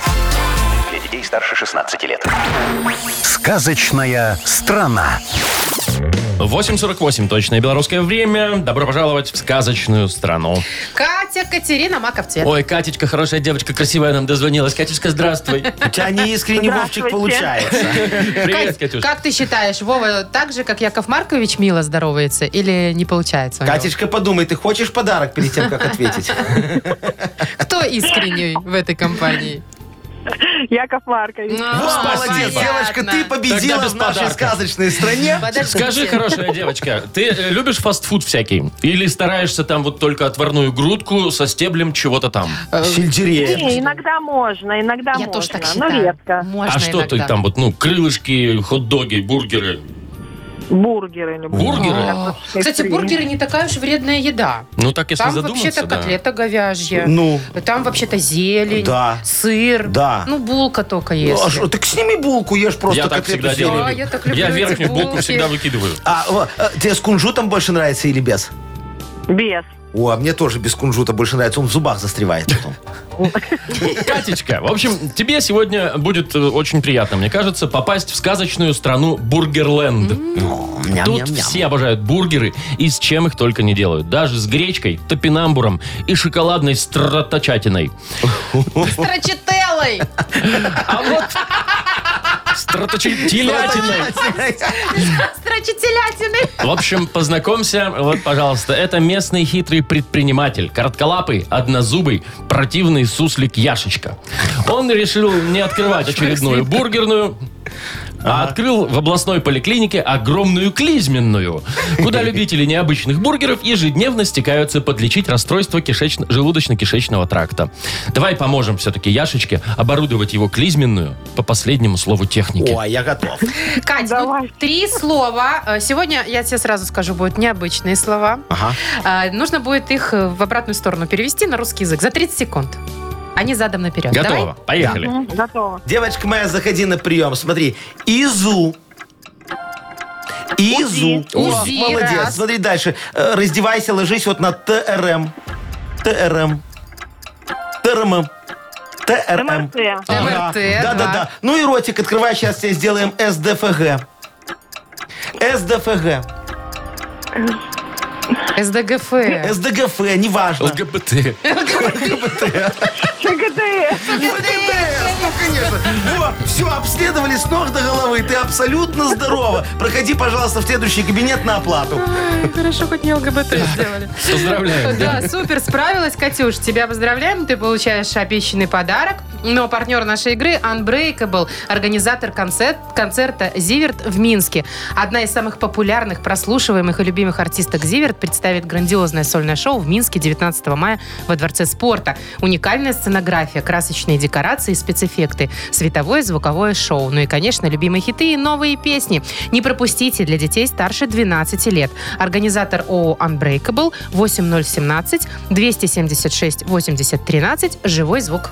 Speaker 6: Для детей старше 16 лет.
Speaker 1: «Сказочная страна».
Speaker 2: 8.48 точное белорусское время. Добро пожаловать в сказочную страну.
Speaker 3: Катя Катерина Маковцвет.
Speaker 2: Ой, Катечка, хорошая девочка, красивая нам дозвонилась. Катечка, здравствуй.
Speaker 4: У тебя не искренне, Вовчик, получается.
Speaker 2: Привет,
Speaker 3: Кать,
Speaker 2: Катюш.
Speaker 3: Как ты считаешь, Вова так же, как Яков Маркович, мило здоровается? Или не получается? у него?
Speaker 4: Катечка, подумай, ты хочешь подарок перед тем, как ответить?
Speaker 3: Кто искренний в этой компании?
Speaker 7: Яков Маркович.
Speaker 3: А,
Speaker 4: Молодец,
Speaker 3: понятно.
Speaker 4: Ну, девочка, ты
Speaker 2: Тогда
Speaker 4: победила
Speaker 2: без
Speaker 4: в нашей
Speaker 2: подарка.
Speaker 4: сказочной стране.
Speaker 3: Подождите.
Speaker 2: Скажи, хорошая девочка, ты э, любишь фастфуд всякий? Или стараешься там вот только отварную грудку со стеблем чего-то там?
Speaker 4: Сельдерея.
Speaker 7: Не, иногда можно, иногда
Speaker 3: Я
Speaker 7: можно,
Speaker 3: тоже так
Speaker 7: но
Speaker 3: считаю.
Speaker 7: редко.
Speaker 3: Можно
Speaker 2: а что
Speaker 3: иногда.
Speaker 2: ты там вот, ну, крылышки, хот-доги, бургеры?
Speaker 7: Бургеры люблю.
Speaker 2: Бургеры?
Speaker 7: Так
Speaker 3: А,
Speaker 7: вот,
Speaker 3: Кстати,
Speaker 7: экстрим.
Speaker 3: бургеры не такая уж вредная еда.
Speaker 2: Ну, так если
Speaker 3: Там
Speaker 2: задуматься,
Speaker 3: вообще-то
Speaker 2: да.
Speaker 3: котлета говяжья.
Speaker 4: Ну.
Speaker 3: Там вообще-то зелень,
Speaker 4: Да.
Speaker 3: сыр.
Speaker 4: Да.
Speaker 3: Ну, булка только есть.
Speaker 4: Ну, а что, так сними булку, ешь просто
Speaker 2: Я так
Speaker 4: котлету
Speaker 2: всегда
Speaker 4: с зеленью.
Speaker 2: делаю.
Speaker 3: Да, А, я так люблю
Speaker 2: Я
Speaker 3: эти
Speaker 2: верхнюю булку
Speaker 3: булки.
Speaker 2: всегда выкидываю.
Speaker 4: А, о, э, тебе с кунжутом больше нравится или без?
Speaker 7: Без.
Speaker 4: О, а мне тоже без кунжута больше нравится. Он в зубах застревает потом.
Speaker 2: Катечка, в общем, тебе сегодня будет э, очень приятно, мне кажется, попасть в сказочную страну Бургерленд. Тут все обожают бургеры и с чем их только не делают. Даже с гречкой, топинамбуром и шоколадной страточатиной.
Speaker 3: Страчителлой.
Speaker 2: А вот страточатилятиной.
Speaker 3: Страчителятиной.
Speaker 2: В общем, познакомься, вот, пожалуйста, это местный хитрый предприниматель, коротколапый, однозубый, противный суслик Яшечка. Он решил не открывать очередную бургерную, а открыл в областной поликлинике огромную клизменную, куда любители необычных бургеров ежедневно стекаются подлечить расстройство кишечно- желудочно-кишечного тракта. Давай поможем все-таки Яшечке оборудовать его клизменную по последнему слову техники.
Speaker 4: О, я готов.
Speaker 3: Кать, ну,
Speaker 7: Давай.
Speaker 3: три слова. Э, Сегодня, я тебе сразу скажу, будут необычные слова.
Speaker 4: Ага.
Speaker 3: А, Нужно будет их э, в обратную сторону перевести на русский язык за 30 секунд. Они задом наперед.
Speaker 2: Готово. Поехали.
Speaker 7: М, Готово.
Speaker 4: Девочка моя, заходи на прием. Смотри. Изу. Изу. О,
Speaker 3: УЗИ,
Speaker 4: Молодец.
Speaker 3: раз.
Speaker 4: Смотри дальше. Э, Раздевайся, ложись вот на ТРМ. ТРМ. ТРМ. ТРМ.
Speaker 7: МРТ.
Speaker 4: Ага.
Speaker 3: МРТ,
Speaker 4: Да, да, да. Ну и ротик открывай, сейчас тебе сделаем СДФГ. СДФГ.
Speaker 3: СДГФ.
Speaker 4: СДГФ, неважно.
Speaker 2: ЛГБТ.
Speaker 7: КГТС.
Speaker 4: СДГФ, ну, конечно. Во, все, обследовали с ног до головы. Ты абсолютно здорова. Проходи, пожалуйста, в следующий кабинет на оплату.
Speaker 3: Ай, А, Хорошо, хоть не ЛГБТ сделали.
Speaker 2: Поздравляем.
Speaker 3: Да, супер, справилась, Катюш. Тебя поздравляем, ты получаешь обещанный подарок. Но партнер нашей игры Unbreakable, организатор концерт, концерта «Зиверт» в Минске. Одна из самых популярных, прослушиваемых и любимых артисток «Зиверт» представит грандиозное сольное шоу в Минске 19 мая во Дворце спорта. Уникальная сценография, красочные декорации, и спецэффекты, световое и звуковое шоу. Ну и, конечно, любимые хиты и новые песни. Не пропустите для детей старше 12 лет. Организатор ООО Unbreakable 8017 276 8013 «Живой звук».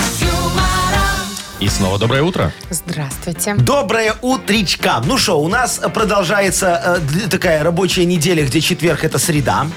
Speaker 2: И снова доброе утро.
Speaker 3: Здравствуйте.
Speaker 4: Доброе утречка. Ну что, у нас продолжается э, д- такая рабочая неделя, где четверг это среда.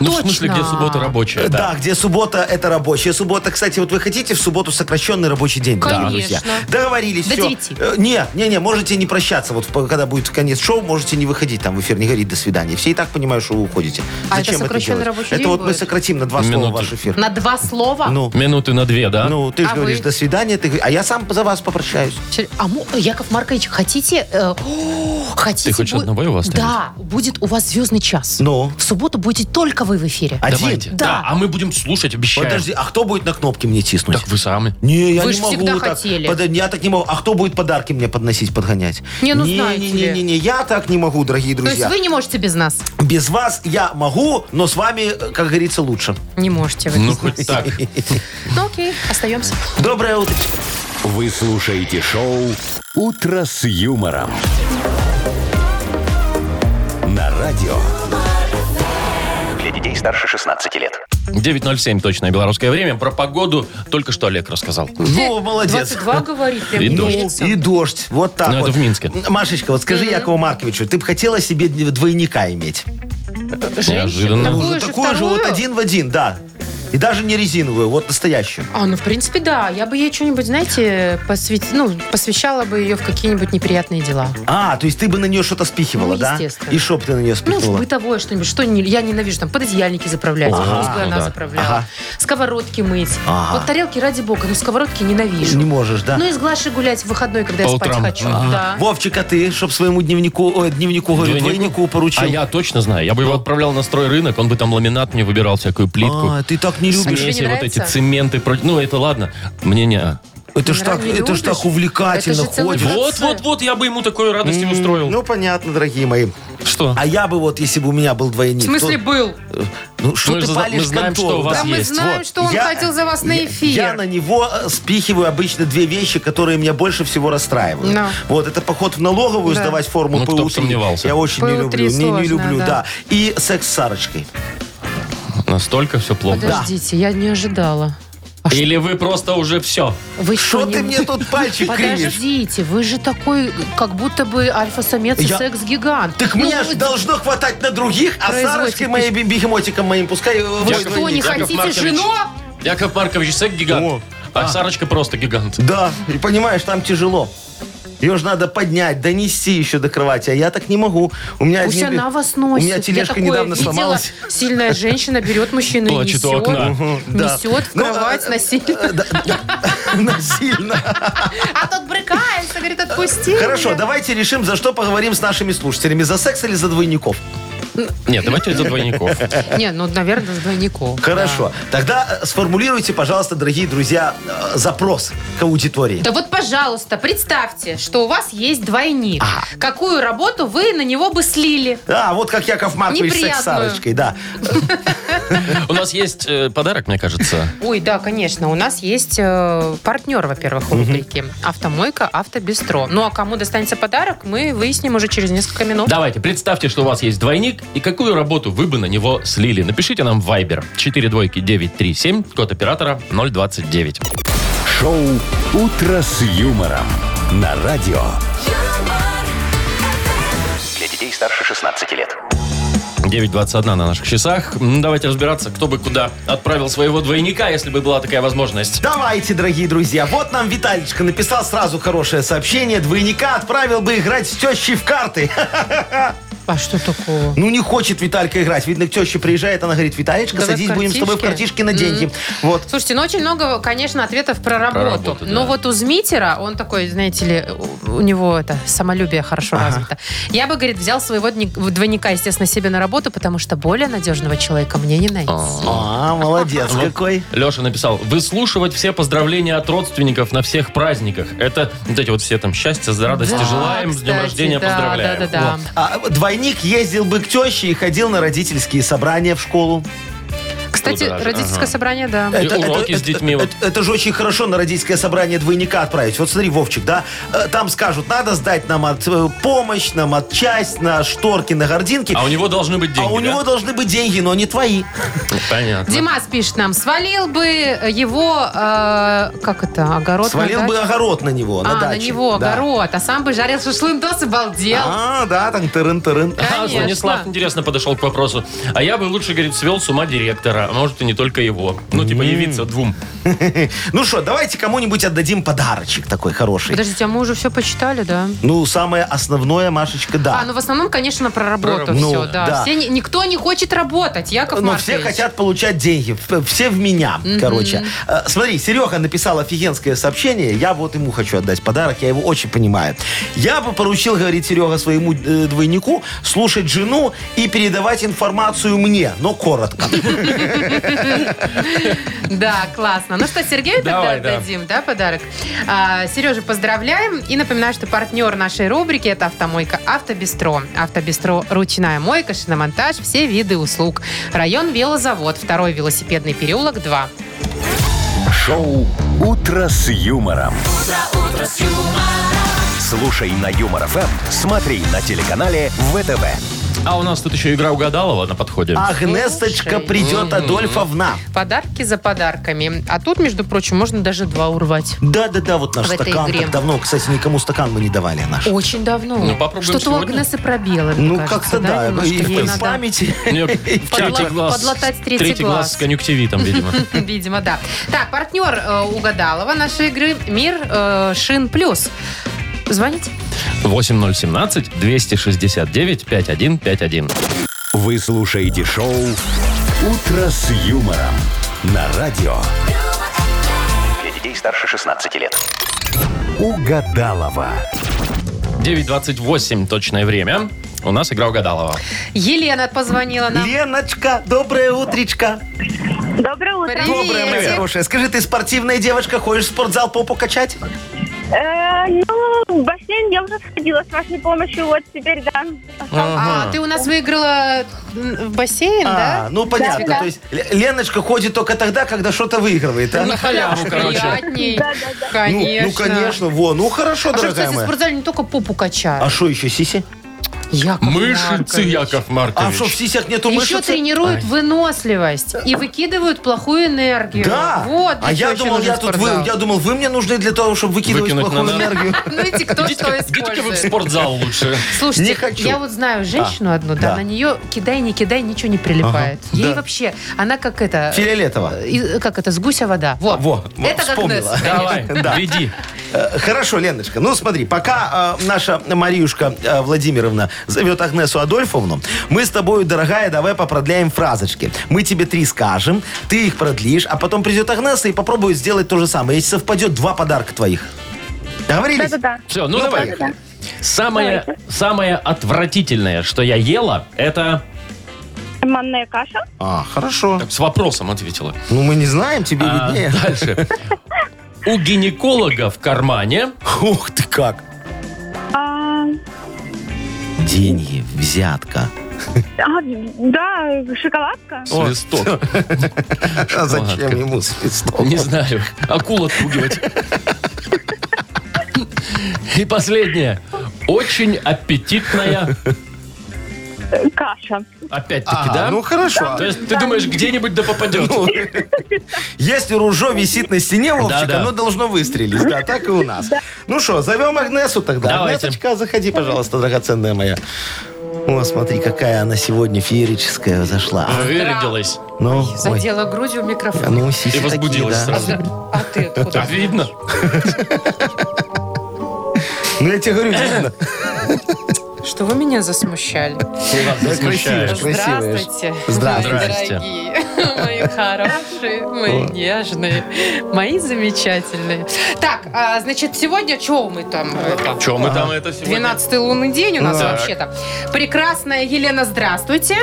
Speaker 2: Ну, в смысле, где
Speaker 3: Точно.
Speaker 2: суббота
Speaker 3: Э,
Speaker 2: рабочая.
Speaker 4: Да.
Speaker 2: Да.
Speaker 4: где суббота это рабочая суббота. Кстати, вот вы хотите в субботу сокращенный рабочий день, дорогие
Speaker 3: Конечно.
Speaker 4: друзья? Договорились.
Speaker 3: До
Speaker 4: всё.
Speaker 3: девяти.
Speaker 4: Э, Нет, не, не, можете не прощаться. Вот по- когда будет конец шоу, можете не выходить там в эфир, не говорить до свидания. Все и так понимают, что вы уходите.
Speaker 3: А это
Speaker 4: Зачем
Speaker 3: сокращенный
Speaker 4: делать?
Speaker 3: рабочий
Speaker 4: Это
Speaker 3: день
Speaker 4: вот мы
Speaker 3: будет?
Speaker 4: сократим на два слова
Speaker 2: Минуту.
Speaker 4: ваш эфир.
Speaker 3: На два слова?
Speaker 4: Ну,
Speaker 2: Минуты на две, да?
Speaker 4: ну, ты же
Speaker 3: А
Speaker 4: говоришь
Speaker 3: вы?
Speaker 4: до свидания, ты... говори- а я сам за вас попрощаюсь.
Speaker 3: Чер- А му- Яков Маркович, хотите... э, о, хотите
Speaker 2: Ты хочешь
Speaker 3: бу-
Speaker 2: одного его оставить?
Speaker 8: Да, будет у вас звездный час.
Speaker 4: Ну,
Speaker 8: В субботу будете только вы в эфире.
Speaker 4: один.
Speaker 2: Давайте.
Speaker 8: Да.
Speaker 2: а мы будем слушать, обещаем.
Speaker 4: Подожди, а кто будет на кнопки мне тиснуть?
Speaker 2: Так вы сами.
Speaker 4: Не, я
Speaker 3: Вы
Speaker 4: не
Speaker 3: ж
Speaker 4: могу
Speaker 3: всегда
Speaker 4: так.
Speaker 3: хотели.
Speaker 4: Под- Я так не могу. А кто будет подарки мне подносить, подгонять?
Speaker 3: Не, ну знаете
Speaker 4: не, не, не, не, я так не могу, дорогие
Speaker 3: То есть
Speaker 4: друзья.
Speaker 3: вы не можете без нас?
Speaker 4: Без вас я могу, но с вами, э, как говорится, лучше.
Speaker 3: Не можете вы
Speaker 2: Ну,
Speaker 3: без
Speaker 2: хоть
Speaker 3: нас.
Speaker 2: так.
Speaker 3: Ну окей, остаемся.
Speaker 4: Доброе утро.
Speaker 1: Вы слушаете шоу «Утро с юмором». На радио.
Speaker 6: Для детей старше 16 лет.
Speaker 2: 9.07 точное белорусское время. Про погоду только что Олег рассказал.
Speaker 3: Э,
Speaker 4: Ну, молодец.
Speaker 3: 22 говорит, прям
Speaker 2: И
Speaker 3: не
Speaker 2: дождь.
Speaker 3: верится.
Speaker 4: И дождь. Вот так
Speaker 2: Ну, это
Speaker 4: вот.
Speaker 2: в Минске.
Speaker 4: Машечка, вот скажи Якову Марковичу, ты бы хотела себе двойника иметь?
Speaker 2: Неожиданно.
Speaker 3: Такую же,
Speaker 4: такую же, вот
Speaker 3: вторую?
Speaker 4: один в один, да. И даже не резиновую, вот настоящую.
Speaker 3: А, ну, в принципе, да. Я бы ей что-нибудь, знаете, посвят- ну, посвящала бы ее в какие-нибудь неприятные дела.
Speaker 4: А, то есть ты бы на нее что-то спихивала,
Speaker 3: Ну,
Speaker 4: да?
Speaker 3: естественно.
Speaker 4: И что бы ты на нее
Speaker 3: Ну, в
Speaker 4: спихивала?
Speaker 3: бытовое что-нибудь. Что не- я ненавижу, там, пододеяльники заправлять.
Speaker 2: Ага,
Speaker 3: Пусть бы
Speaker 2: ну
Speaker 3: она
Speaker 2: да.
Speaker 3: заправляла.
Speaker 4: Ага.
Speaker 3: Сковородки мыть.
Speaker 4: Ага.
Speaker 3: Вот тарелки, ради бога, но сковородки ненавижу.
Speaker 4: не можешь, да?
Speaker 3: Ну, и с Глашей гулять в выходной, когда
Speaker 2: По
Speaker 3: я спать
Speaker 2: утрам.
Speaker 3: хочу.
Speaker 2: Ага.
Speaker 3: Да.
Speaker 4: Вовчик, а ты, чтоб своему дневнику, ой, дневнику, говорю,
Speaker 2: Двойнику?
Speaker 4: двойнику поручил.
Speaker 2: А я точно знаю. Я бы его отправлял на строй рынок, он бы там ламинат мне выбирал, всякую плитку.
Speaker 4: А, ты так не любишь.
Speaker 3: Тебе
Speaker 2: Смеси,
Speaker 3: не
Speaker 2: вот
Speaker 3: нравится?
Speaker 2: эти цементы. про- Ну, это ладно. Мне не... а.
Speaker 4: Это ж так,
Speaker 3: не
Speaker 4: это ж
Speaker 3: любишь?
Speaker 4: так увлекательно
Speaker 3: Это же целый
Speaker 4: ходишь.
Speaker 2: Вот,
Speaker 3: процесс.
Speaker 2: вот, вот, я бы ему такой радости устроил.
Speaker 4: Ну, понятно, дорогие мои.
Speaker 2: Что?
Speaker 4: А я бы вот, если бы у меня был
Speaker 3: В
Speaker 4: двойник...
Speaker 3: смысле,
Speaker 4: то-
Speaker 3: был?
Speaker 4: Ну, что
Speaker 2: Мы
Speaker 4: ты
Speaker 2: же зна-
Speaker 4: палишь
Speaker 2: мы знаем,
Speaker 4: контору,
Speaker 2: что у вас
Speaker 4: да?
Speaker 3: Да, мы
Speaker 2: есть,
Speaker 3: знаем,
Speaker 2: вот.
Speaker 3: что он
Speaker 4: Я-
Speaker 3: хотел за вас на
Speaker 4: я-
Speaker 3: эфир.
Speaker 4: Я на него э, спихиваю обычно две вещи, которые меня больше всего расстраивают.
Speaker 3: Да.
Speaker 4: Вот, это поход в налоговую
Speaker 3: Да.
Speaker 4: сдавать форму
Speaker 2: Ну, кто бы
Speaker 4: ПУ-3.
Speaker 2: сомневался.
Speaker 4: Я очень не
Speaker 3: ПУ-3
Speaker 4: люблю. Не,
Speaker 3: сложно,
Speaker 4: не люблю,
Speaker 3: да.
Speaker 4: да. И секс с Сарочкой. а-
Speaker 2: Настолько все плохо.
Speaker 3: Подождите, я не ожидала.
Speaker 2: Или вы просто уже все.
Speaker 8: Вы
Speaker 4: Что
Speaker 8: не-
Speaker 4: ты мне тут пальчик кривишь?
Speaker 8: Подождите, вы же такой, как будто бы альфа-самец и
Speaker 4: Я-
Speaker 8: секс-гигант.
Speaker 4: Так
Speaker 8: Ну,
Speaker 4: меня
Speaker 8: вы-
Speaker 4: ж должно хватать на других, а
Speaker 3: Производите
Speaker 4: Сарочкой
Speaker 3: пищу.
Speaker 4: моим бегемотиком моим пускай... э,
Speaker 2: Я
Speaker 4: мой
Speaker 2: как
Speaker 4: двойник.
Speaker 3: Что, не
Speaker 2: Яков
Speaker 3: хотите
Speaker 2: Маркович.
Speaker 3: жену?
Speaker 2: Яков Маркович, сек гигант.
Speaker 4: О,
Speaker 2: а Сарочка просто гигант.
Speaker 4: Да, и понимаешь, там тяжело. Ее же надо поднять, донести еще до кровати, а я так не могу. У меня
Speaker 8: Пусть
Speaker 4: одни-
Speaker 8: она вас носит.
Speaker 4: Э, У меня тележка
Speaker 3: Я такое
Speaker 4: недавно
Speaker 3: видела.
Speaker 4: сломалась.
Speaker 3: Сильная женщина берет мужчину и
Speaker 2: Плачет
Speaker 3: несет,
Speaker 2: у окна.
Speaker 4: Да.
Speaker 3: несет в
Speaker 4: Ну,
Speaker 3: кровать
Speaker 4: э,
Speaker 3: насильно.
Speaker 4: Да, да. ну, Насильно.
Speaker 3: А тот брыкается, говорит, отпусти.
Speaker 4: Хорошо,
Speaker 3: меня».
Speaker 4: давайте решим, за что поговорим с нашими слушателями. За секс или за двойников?
Speaker 2: Нет, давайте за двойников.
Speaker 3: Не, ну, наверное, с двойников.
Speaker 4: Хорошо. Тогда э, сформулируйте, пожалуйста, дорогие друзья, э, запрос к аудитории.
Speaker 3: Да вот, пожалуйста, представьте, что у вас есть двойник. Какую работу вы на него бы слили?
Speaker 4: А, вот как Яков Маркович секс с
Speaker 3: Неприятную.
Speaker 4: Сарочкой, да.
Speaker 2: У нас есть э, подарок, мне кажется.
Speaker 3: Ой, да, конечно. У нас есть э, партнер, во-первых, у рубрики. Автомойка «Автобестро». Ну, а кому достанется подарок, мы выясним уже через несколько минут.
Speaker 2: Давайте, представьте, что у вас есть двойник, и какую работу вы бы на него слили. Напишите нам в Viber 42937, код оператора 029.
Speaker 1: Шоу «Утро с юмором» на радио.
Speaker 6: Для детей старше 16 лет.
Speaker 2: 9.21 на наших часах. М, Давайте разбираться, кто бы куда отправил своего двойника, если бы была такая возможность.
Speaker 4: Давайте, дорогие друзья. Вот нам Виталичка написал сразу хорошее сообщение. Двойника отправил бы играть с тещей в карты.
Speaker 3: А что такого?
Speaker 4: Ну, не хочет Виталька играть. Видно, к теще приезжает, она говорит, Виталичка,
Speaker 3: Давай в
Speaker 4: садись, будем с тобой в
Speaker 3: картишки».
Speaker 4: картишки на деньги. Вот.
Speaker 3: Слушайте, ну очень много, конечно, ответов про работу.
Speaker 2: работу, да.
Speaker 3: Но вот у Змитера, он такой, знаете ли, у у него это самолюбие хорошо развито. Я бы, говорит, взял своего дни- двойника, естественно, себе на работу, потому что более надежного человека мне не найти.
Speaker 4: А, молодец какой.
Speaker 2: Леша написал, выслушивать все поздравления от родственников на всех праздниках. Это вот эти вот все там счастья, радости
Speaker 3: Да,
Speaker 2: желаем, с днем
Speaker 3: кстати,
Speaker 2: рождения
Speaker 3: да,
Speaker 2: поздравляем.
Speaker 3: Да, да, да.
Speaker 4: А, двойник ездил бы к теще и ходил на родительские собрания в школу.
Speaker 3: Кстати,
Speaker 2: Туда же,
Speaker 3: родительское
Speaker 2: ага. Э,
Speaker 3: собрание, да.
Speaker 2: И уроки с детьми
Speaker 4: Это,
Speaker 2: вот.
Speaker 4: это же очень хорошо на родительское собрание двойника отправить. Вот смотри, Вовчик, да, э, там скажут, надо сдать нам от э, помощь, нам от часть, на шторки, на гординки.
Speaker 2: А у него должны быть деньги,
Speaker 4: А у
Speaker 2: да?
Speaker 4: него должны быть деньги, но не твои.
Speaker 2: Понятно.
Speaker 3: Димас пишет нам, свалил бы его, э, как это, огород
Speaker 4: Свалил
Speaker 3: на
Speaker 4: бы
Speaker 3: дачу?
Speaker 4: огород на него, на
Speaker 3: а, на
Speaker 4: даче.
Speaker 3: него
Speaker 4: Да.
Speaker 3: огород, а сам бы жарил шашлындос и балдел.
Speaker 4: А, да, там тырын-тырын.
Speaker 2: А,
Speaker 3: Конечно.
Speaker 2: Станислав, интересно, подошел к вопросу. А я бы лучше, говорит, свел с ума директора. А может, и не только его. Ну, типа, явиться двум.
Speaker 4: Ну что, давайте кому-нибудь отдадим подарочек такой хороший.
Speaker 3: Подождите, а мы уже все почитали, да?
Speaker 4: Ну, самое основное, Машечка, да.
Speaker 3: А, ну в основном, конечно, про работу
Speaker 2: Про
Speaker 4: работу.
Speaker 3: все,
Speaker 4: Ну,
Speaker 3: да.
Speaker 4: да.
Speaker 3: Все не- никто не хочет работать, Яков
Speaker 4: Но
Speaker 3: Маркович.
Speaker 4: все хотят получать деньги. П- Все в меня, короче. Э, Смотри, Серега написал офигенское сообщение. Я вот ему хочу отдать подарок. Я его очень понимаю. Я бы поручил, говорит Серега, своему э, двойнику слушать жену и передавать информацию мне, но коротко.
Speaker 3: Да, классно. Ну что, Сергею тогда
Speaker 2: Давай, да.
Speaker 3: отдадим, да, подарок? А, Сережа, поздравляем. И напоминаю, что партнер нашей рубрики – это автомойка «Автобестро». «Автобестро» – ручная мойка, шиномонтаж, все виды услуг. Район «Велозавод», второй велосипедный переулок, 2.
Speaker 1: Шоу «Утро с юмором». Слушай на Юмор ФМ, смотри на телеканале ВТВ.
Speaker 2: А у нас тут еще игра угадалова на подходе.
Speaker 3: А,
Speaker 4: Агнесточка
Speaker 3: Слушай.
Speaker 4: А придет Адольфовна.
Speaker 3: Подарки за подарками. А тут, между прочим, можно даже два урвать.
Speaker 4: Да-да-да, вот наш
Speaker 3: В этой
Speaker 4: стакан.
Speaker 3: игре.
Speaker 4: Так давно, кстати, никому стакан мы не давали наш.
Speaker 3: Очень давно.
Speaker 2: Ну, попробуем
Speaker 3: Что-то у
Speaker 2: сегодня.
Speaker 3: Агнесы пробелы, мне
Speaker 4: Ну,
Speaker 3: кажется,
Speaker 4: как-то да. Ну,
Speaker 3: немножко ей
Speaker 4: И в
Speaker 3: надо
Speaker 4: памяти.
Speaker 2: Мне в Ну,
Speaker 3: Подла-
Speaker 2: третий глаз-
Speaker 3: подлатать третий глаз.
Speaker 2: с конъюнктивитом, видимо.
Speaker 3: Видимо, да. Так, партнер э, угадалова нашей игры Мир э, Шин Плюс. Звоните.
Speaker 2: 8017-269-5151.
Speaker 1: Вы слушаете шоу «Утро с юмором» на радио
Speaker 6: Для детей старше 16 лет.
Speaker 1: «Угадалова».
Speaker 2: 9.28 точное время. У нас игра угадалова.
Speaker 3: Елена позвонила нам.
Speaker 4: Леночка, доброе утречко.
Speaker 7: Доброе утро.
Speaker 3: Привет.
Speaker 4: Доброе, моя хорошая. Скажи, ты спортивная девочка, ходишь в спортзал попу качать?
Speaker 7: Э, ну, в бассейн я уже сходила с вашей помощью, вот теперь, да.
Speaker 3: А, ты у нас выиграла м, в бассейн,
Speaker 4: А,
Speaker 3: да?
Speaker 4: ну понятно.
Speaker 7: Да.
Speaker 4: То есть Л- Леночка ходит только тогда, когда что-то выигрывает, а?
Speaker 2: На халяву, короче.
Speaker 3: Приятней.
Speaker 7: Да-да-да.
Speaker 4: Ну,
Speaker 3: Ну, Конечно.
Speaker 4: ну, конечно, во, ну хорошо,
Speaker 3: А что,
Speaker 4: дорогая
Speaker 3: кстати, в
Speaker 4: моя.
Speaker 3: спортзале не только попу
Speaker 4: А
Speaker 3: качают.
Speaker 4: что еще, сиси?
Speaker 3: Яков
Speaker 2: Мышицы,
Speaker 3: Маркович.
Speaker 2: Яков
Speaker 4: А что, в
Speaker 2: Маркович.
Speaker 4: сисях нету
Speaker 3: Еще
Speaker 4: мышц?
Speaker 3: тренируют выносливость и выкидывают плохую энергию.
Speaker 4: Да.
Speaker 3: Вот.
Speaker 4: а
Speaker 3: для чего
Speaker 4: я
Speaker 3: еще
Speaker 4: думал,
Speaker 3: нужен
Speaker 4: я тут вы,
Speaker 3: спортзал.
Speaker 4: я думал, вы мне нужны для того, чтобы выкидывать
Speaker 2: Выкинуть
Speaker 4: плохую
Speaker 2: на нас.
Speaker 4: энергию.
Speaker 3: Ну эти кто что
Speaker 2: Идите-ка вы в
Speaker 3: использует.
Speaker 2: спортзал лучше.
Speaker 3: Слушайте,
Speaker 4: Не хочу. А,
Speaker 3: я вот знаю женщину одну, да,
Speaker 4: да.
Speaker 3: на нее кидай, не кидай, ничего не прилипает. Ей
Speaker 4: да.
Speaker 3: вообще, она как это...
Speaker 4: Филиолетово.
Speaker 3: и- как это, с гуся вода. Во,
Speaker 4: Во, во,
Speaker 3: это как
Speaker 4: вспомнила.
Speaker 3: Несс, конечно.
Speaker 2: Давай, веди.
Speaker 4: Э, Хорошо, Леночка. Ну, смотри, пока э, наша Мариюшка э, Владимировна зовет Агнесу Адольфовну, мы с тобой, дорогая, давай попродляем фразочки. Мы тебе три скажем, ты их продлишь, а потом придет Агнеса и попробует сделать то же самое. Если совпадет, два подарка твоих. Договорились?
Speaker 7: Да-да-да.
Speaker 2: Все, ну
Speaker 4: Ну,
Speaker 2: давай.
Speaker 4: поехали.
Speaker 2: Самое, самое отвратительное, что я ела, это...
Speaker 7: Манная каша.
Speaker 4: А, хорошо.
Speaker 2: С вопросом ответила.
Speaker 4: Ну, мы не знаем, тебе
Speaker 2: А,
Speaker 4: виднее.
Speaker 2: дальше. У гинеколога в кармане
Speaker 4: Ух ты как.
Speaker 7: А,
Speaker 4: Деньги, взятка.
Speaker 7: А, да, шоколадка.
Speaker 2: Свисток.
Speaker 4: А зачем ему свисток?
Speaker 2: Не знаю. Акул отпугивать. И последнее. Очень аппетитная.
Speaker 7: Э, Каша.
Speaker 2: Опять-таки,
Speaker 4: А,
Speaker 2: да?
Speaker 4: ну хорошо.
Speaker 2: То есть ты думаешь, где-нибудь да попадет.
Speaker 4: Если ружо висит на стене, Вовчик,
Speaker 2: Да-да.
Speaker 4: оно должно выстрелить. Да, так и у нас. Ну что, зовем Агнесу тогда.
Speaker 2: Давайте.
Speaker 4: Агнесочка, заходи, пожалуйста, драгоценная моя. О, смотри, какая она сегодня феерическая зашла.
Speaker 2: Вырядилась.
Speaker 4: Ну, ой. ну,
Speaker 8: Задела грудью
Speaker 4: А
Speaker 8: микрофон.
Speaker 4: ну, сиси
Speaker 2: И
Speaker 4: такие,
Speaker 2: возбудилась
Speaker 4: да.
Speaker 2: сразу.
Speaker 8: А ты
Speaker 2: А
Speaker 8: откуда?
Speaker 2: видно?
Speaker 4: Ну, я тебе говорю, видно.
Speaker 8: Что вы меня засмущали?
Speaker 2: Вас
Speaker 4: Да,
Speaker 2: засмущаешь.
Speaker 4: красивая, красивая.
Speaker 8: Здравствуйте,
Speaker 4: Здравствуйте.
Speaker 8: мои
Speaker 2: Здрасте.
Speaker 8: дорогие, мои хорошие, мои нежные, мои замечательные.
Speaker 3: Так, а, значит, сегодня чего мы там? это?
Speaker 2: Че мы там это сегодня?
Speaker 3: 12-й лунный день у нас
Speaker 2: Так.
Speaker 3: вообще-то. Прекрасная Елена, здравствуйте.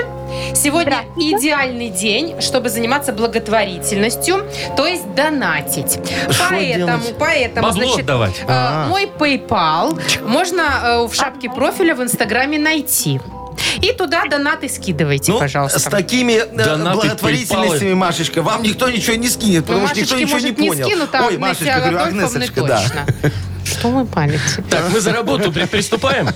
Speaker 3: Сегодня идеальный день, чтобы заниматься благотворительностью, то есть донатить.
Speaker 4: Шо
Speaker 3: поэтому,
Speaker 4: делать?
Speaker 3: поэтому,
Speaker 2: Бабло
Speaker 3: значит,
Speaker 2: отдавать.
Speaker 3: э,
Speaker 4: А.
Speaker 3: мой PayPal можно э, в шапке профиля в Инстаграме найти. И туда донаты скидывайте,
Speaker 4: Ну,
Speaker 3: пожалуйста.
Speaker 4: с такими э,
Speaker 2: Донаты,
Speaker 4: благотворительностями,
Speaker 2: пейпалы.
Speaker 4: Машечка, вам никто ничего не скинет,
Speaker 3: Ну,
Speaker 4: потому что никто
Speaker 3: Машечке,
Speaker 4: ничего не
Speaker 3: может, не
Speaker 4: понял.
Speaker 3: скинут, а
Speaker 4: Ой,
Speaker 3: Агнесе
Speaker 4: Машечка, говорю,
Speaker 3: Анатольевне
Speaker 4: Агнесочка, да.
Speaker 3: точно. Что вы палите?
Speaker 2: Так, мы за работу при- приступаем.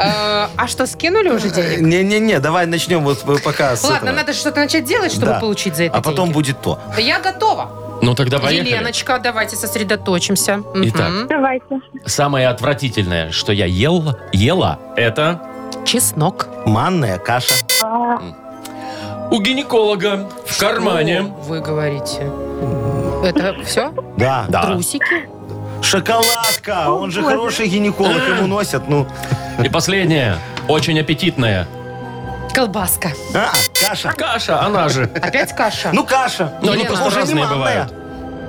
Speaker 3: Э, А что, скинули уже
Speaker 4: Э,
Speaker 3: денег?
Speaker 4: Не-не-не, давай начнем вот э, пока с
Speaker 3: Ладно,
Speaker 4: этого.
Speaker 3: надо что-то начать делать, чтобы
Speaker 4: Да.
Speaker 3: получить за это
Speaker 4: А потом
Speaker 3: деньги.
Speaker 4: будет то.
Speaker 3: Я готова.
Speaker 2: Ну тогда поехали.
Speaker 3: Еленочка, давайте сосредоточимся. Мгм.
Speaker 2: Итак.
Speaker 7: Давайте.
Speaker 2: Самое отвратительное, что я ел, ела, это
Speaker 3: Чеснок.
Speaker 4: Манная каша.
Speaker 7: А,
Speaker 2: у гинеколога в кармане.
Speaker 3: О, Вы говорите. Это все?
Speaker 4: Да.
Speaker 3: Трусики?
Speaker 4: Шоколадка. Он же хороший гинеколог, ему носят. Ну,
Speaker 2: И последнее, очень аппетитное.
Speaker 3: Колбаска.
Speaker 4: а, каша.
Speaker 2: Каша, она же.
Speaker 3: Опять каша?
Speaker 4: Ну, каша.
Speaker 2: Но они
Speaker 3: Елена,
Speaker 2: просто
Speaker 4: уже не
Speaker 2: разные
Speaker 4: манная.
Speaker 2: бывают.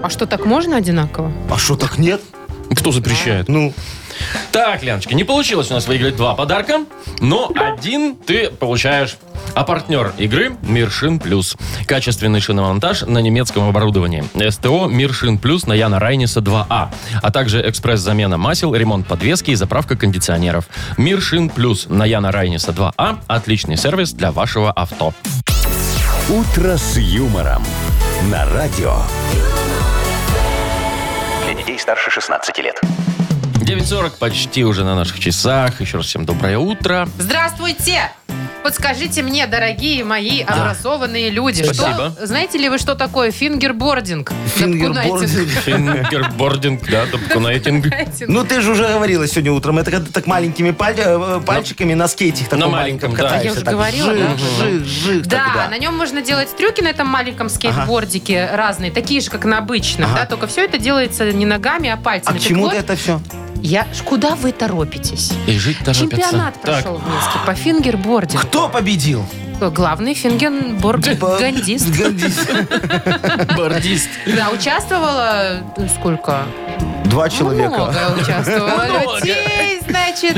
Speaker 3: А что, так можно одинаково?
Speaker 4: А что, так нет?
Speaker 3: А
Speaker 2: Кто запрещает?
Speaker 4: Ну,
Speaker 2: Так, Леночка, не получилось у нас выиграть два подарка, но один ты получаешь. А партнер игры «Мир Шин Плюс». Качественный шиномонтаж на немецком оборудовании. СТО «Мир Шин Плюс» на Яна Райниса 2А. А также экспресс-замена масел, ремонт подвески и заправка кондиционеров. «Мир Шин Плюс» на Яна Райниса 2А. Отличный сервис для вашего авто.
Speaker 1: «Утро с юмором» на радио.
Speaker 6: Для детей старше 16 лет.
Speaker 2: 9.40 почти уже на наших часах. Еще раз всем доброе утро.
Speaker 3: Здравствуйте! Подскажите мне, дорогие мои образованные люди,
Speaker 2: Спасибо.
Speaker 3: что знаете ли вы, что такое фингербординг?
Speaker 4: фингербординг.
Speaker 2: Фингербординг, да, топкунайтинг.
Speaker 3: Ну,
Speaker 4: Ну, ты же уже говорила сегодня утром. Это когда ты так маленькими паль- э, пальчиками на скейте таком
Speaker 2: На маленьком,
Speaker 4: маленьком
Speaker 2: да.
Speaker 4: катаешься.
Speaker 3: Я уже
Speaker 4: так
Speaker 3: говорила,
Speaker 4: жих,
Speaker 3: да?
Speaker 4: жих, жих
Speaker 3: Да,
Speaker 4: тогда.
Speaker 3: на нем можно делать трюки на этом маленьком скейтбордике разные, такие же, как на обычном, да, только все это делается не ногами, а
Speaker 4: А
Speaker 3: пальцами.
Speaker 4: к
Speaker 3: Так
Speaker 4: чему
Speaker 3: вот,
Speaker 4: это все?
Speaker 3: Я... ж- Куда вы торопитесь?
Speaker 2: И жить торопятся.
Speaker 3: Чемпионат
Speaker 2: Так,
Speaker 3: прошел в Минске по фингербордингу.
Speaker 4: Кто победил?
Speaker 3: Главный фингербордингандист.
Speaker 4: Гандист.
Speaker 2: бордист.
Speaker 3: Да, участвовала э, сколько? Ну,
Speaker 4: Два человека.
Speaker 3: Много участвовало
Speaker 2: Много.
Speaker 3: людей, значит.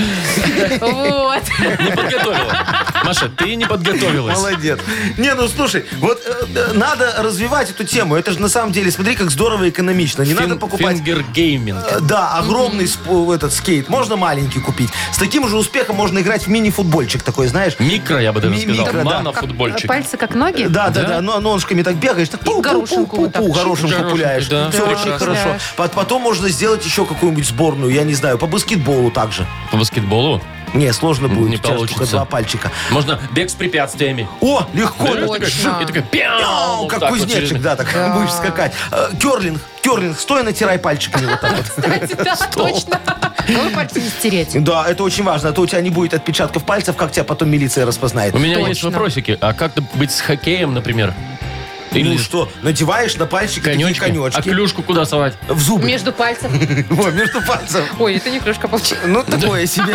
Speaker 3: Вот.
Speaker 2: Не подготовила. Маша, ты не подготовилась.
Speaker 4: Молодец. Не, ну слушай, вот э, э, надо развивать эту тему. Это же на самом деле, смотри, как здорово и экономично. Не
Speaker 2: Фин-
Speaker 4: надо покупать
Speaker 2: фингергейминг.
Speaker 4: Э, Да, огромный сп- э, этот скейт. Можно маленький купить. С таким же успехом можно играть в мини-футбольчик такой, знаешь?
Speaker 2: Микро, я бы даже
Speaker 4: Ми-
Speaker 2: сказал.
Speaker 4: микро, да.
Speaker 2: Нано-футбольчик.
Speaker 3: Пальцы как ноги?
Speaker 4: Да,
Speaker 2: Да?
Speaker 4: да, да, но ножками так бегаешь, так пу
Speaker 3: горошинку вот так.
Speaker 2: Горошинку,
Speaker 4: горошинку пуляешь.
Speaker 2: да.
Speaker 4: Все
Speaker 2: Да,
Speaker 4: очень
Speaker 2: прекрасно.
Speaker 4: хорошо. Пот- Потом можно сделать еще какую-нибудь сборную, я не знаю, по баскетболу также.
Speaker 2: По баскетболу
Speaker 4: Не, сложно будет,
Speaker 2: Не
Speaker 4: у тебя ж
Speaker 2: получится.
Speaker 4: только два пальчика.
Speaker 2: можно бег с препятствиями.
Speaker 4: О, легко.
Speaker 2: Берешь такой,
Speaker 3: Точно.
Speaker 2: шуп, И такой пяу,
Speaker 4: Мяу,
Speaker 2: вот
Speaker 4: как
Speaker 2: Ну, так вот через-
Speaker 4: кузнечик, да, так будешь скакать. Э, Керлинг, керлинг, стой, натирай пальчиками вот так вот.
Speaker 3: Кстати, да, точно. Вы пальцы не стереть.
Speaker 4: Да, это очень важно, а то у тебя не будет отпечатков пальцев, как тебя потом милиция распознает.
Speaker 2: У меня есть
Speaker 3: Точно.
Speaker 2: вопросики. А как быть с хоккеем, например?
Speaker 4: Ну что, надеваешь на пальчик
Speaker 2: конечки?
Speaker 4: конечки,
Speaker 2: А
Speaker 4: конечки
Speaker 2: клюшку куда совать?
Speaker 4: в зубы.
Speaker 3: Между пальцев.
Speaker 4: Во, между пальцев.
Speaker 3: Ой, это не кружка получилась.
Speaker 4: Ну, такое себе.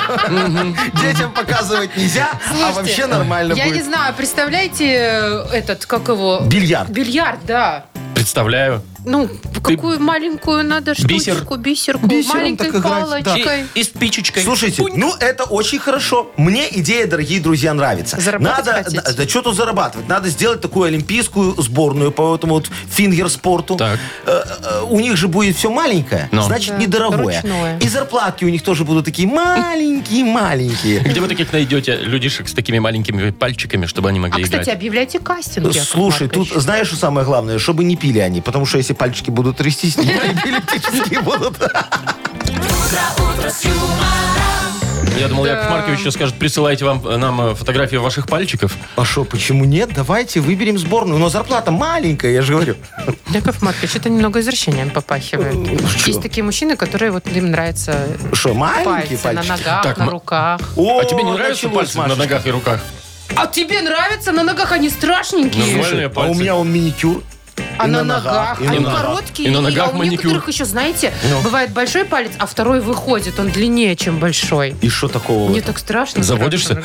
Speaker 4: Детям показывать нельзя, а
Speaker 3: Слушайте,
Speaker 4: вообще нормально
Speaker 3: Я не
Speaker 4: будет.
Speaker 3: знаю, представляете э, этот, как его...
Speaker 4: Бильярд.
Speaker 3: Бильярд, да.
Speaker 2: Представляю.
Speaker 9: Ну, какую маленькую надо
Speaker 2: Бисер.
Speaker 9: штучку, бисерку,
Speaker 10: Бисером
Speaker 9: маленькой
Speaker 10: так играть, да.
Speaker 9: палочкой.
Speaker 2: И, и с пичечкой.
Speaker 4: Слушайте, ну это очень хорошо. Мне идея, дорогие друзья, нравится.
Speaker 3: Заработать
Speaker 4: Надо,
Speaker 3: хотите?
Speaker 4: да, да что тут зарабатывать? Надо сделать такую олимпийскую сборную по этому вот фингерспорту.
Speaker 2: Так.
Speaker 4: Э, э, У них же будет все маленькое,
Speaker 2: Ну.
Speaker 4: значит
Speaker 9: Да,
Speaker 4: недорогое.
Speaker 9: ручное.
Speaker 4: И зарплатки у них тоже будут такие маленькие-маленькие.
Speaker 2: Где вы таких найдете людишек с такими маленькими пальчиками, чтобы они
Speaker 9: А,
Speaker 2: могли играть?
Speaker 9: кстати, объявляйте кастинг. Яков
Speaker 4: Слушай, тут
Speaker 9: Маркович.
Speaker 4: знаешь, что самое главное? Чтобы не пили они, потому что если пальчики будут трястись, не эпилептические будут.
Speaker 2: Я думал, Яков Маркович еще скажет, присылайте вам, э, нам э, фотографии ваших пальчиков.
Speaker 4: А что, почему нет? Давайте выберем сборную. Но зарплата маленькая, я же говорю.
Speaker 3: Яков Маркович, это немного извращением
Speaker 4: Ну,
Speaker 3: попахивает. Есть такие мужчины, которые вот им нравятся
Speaker 4: Что, маленькие
Speaker 3: пальцы, на
Speaker 4: пальчики?
Speaker 3: ногах,
Speaker 2: Так,
Speaker 3: на
Speaker 2: м-
Speaker 3: руках.
Speaker 4: О,
Speaker 2: а тебе не нравятся
Speaker 4: началось,
Speaker 2: пальцы на
Speaker 4: Машечка.
Speaker 2: ногах и руках?
Speaker 9: А тебе нравятся? На ногах они страшненькие.
Speaker 2: Нормальные
Speaker 4: А
Speaker 2: пальцы.
Speaker 4: у меня он маникюр.
Speaker 9: А
Speaker 4: И
Speaker 9: на
Speaker 4: на ногах,
Speaker 9: ногах? А
Speaker 4: и
Speaker 9: Они
Speaker 4: на ногах. Ну.
Speaker 9: короткие.
Speaker 2: И на
Speaker 9: а
Speaker 2: ногах
Speaker 9: у
Speaker 2: маникюр.
Speaker 9: некоторых еще, знаете, бывает большой палец, а второй выходит. Он длиннее, чем большой.
Speaker 4: И что такого?
Speaker 9: Мне так страшно.
Speaker 2: Заводишься?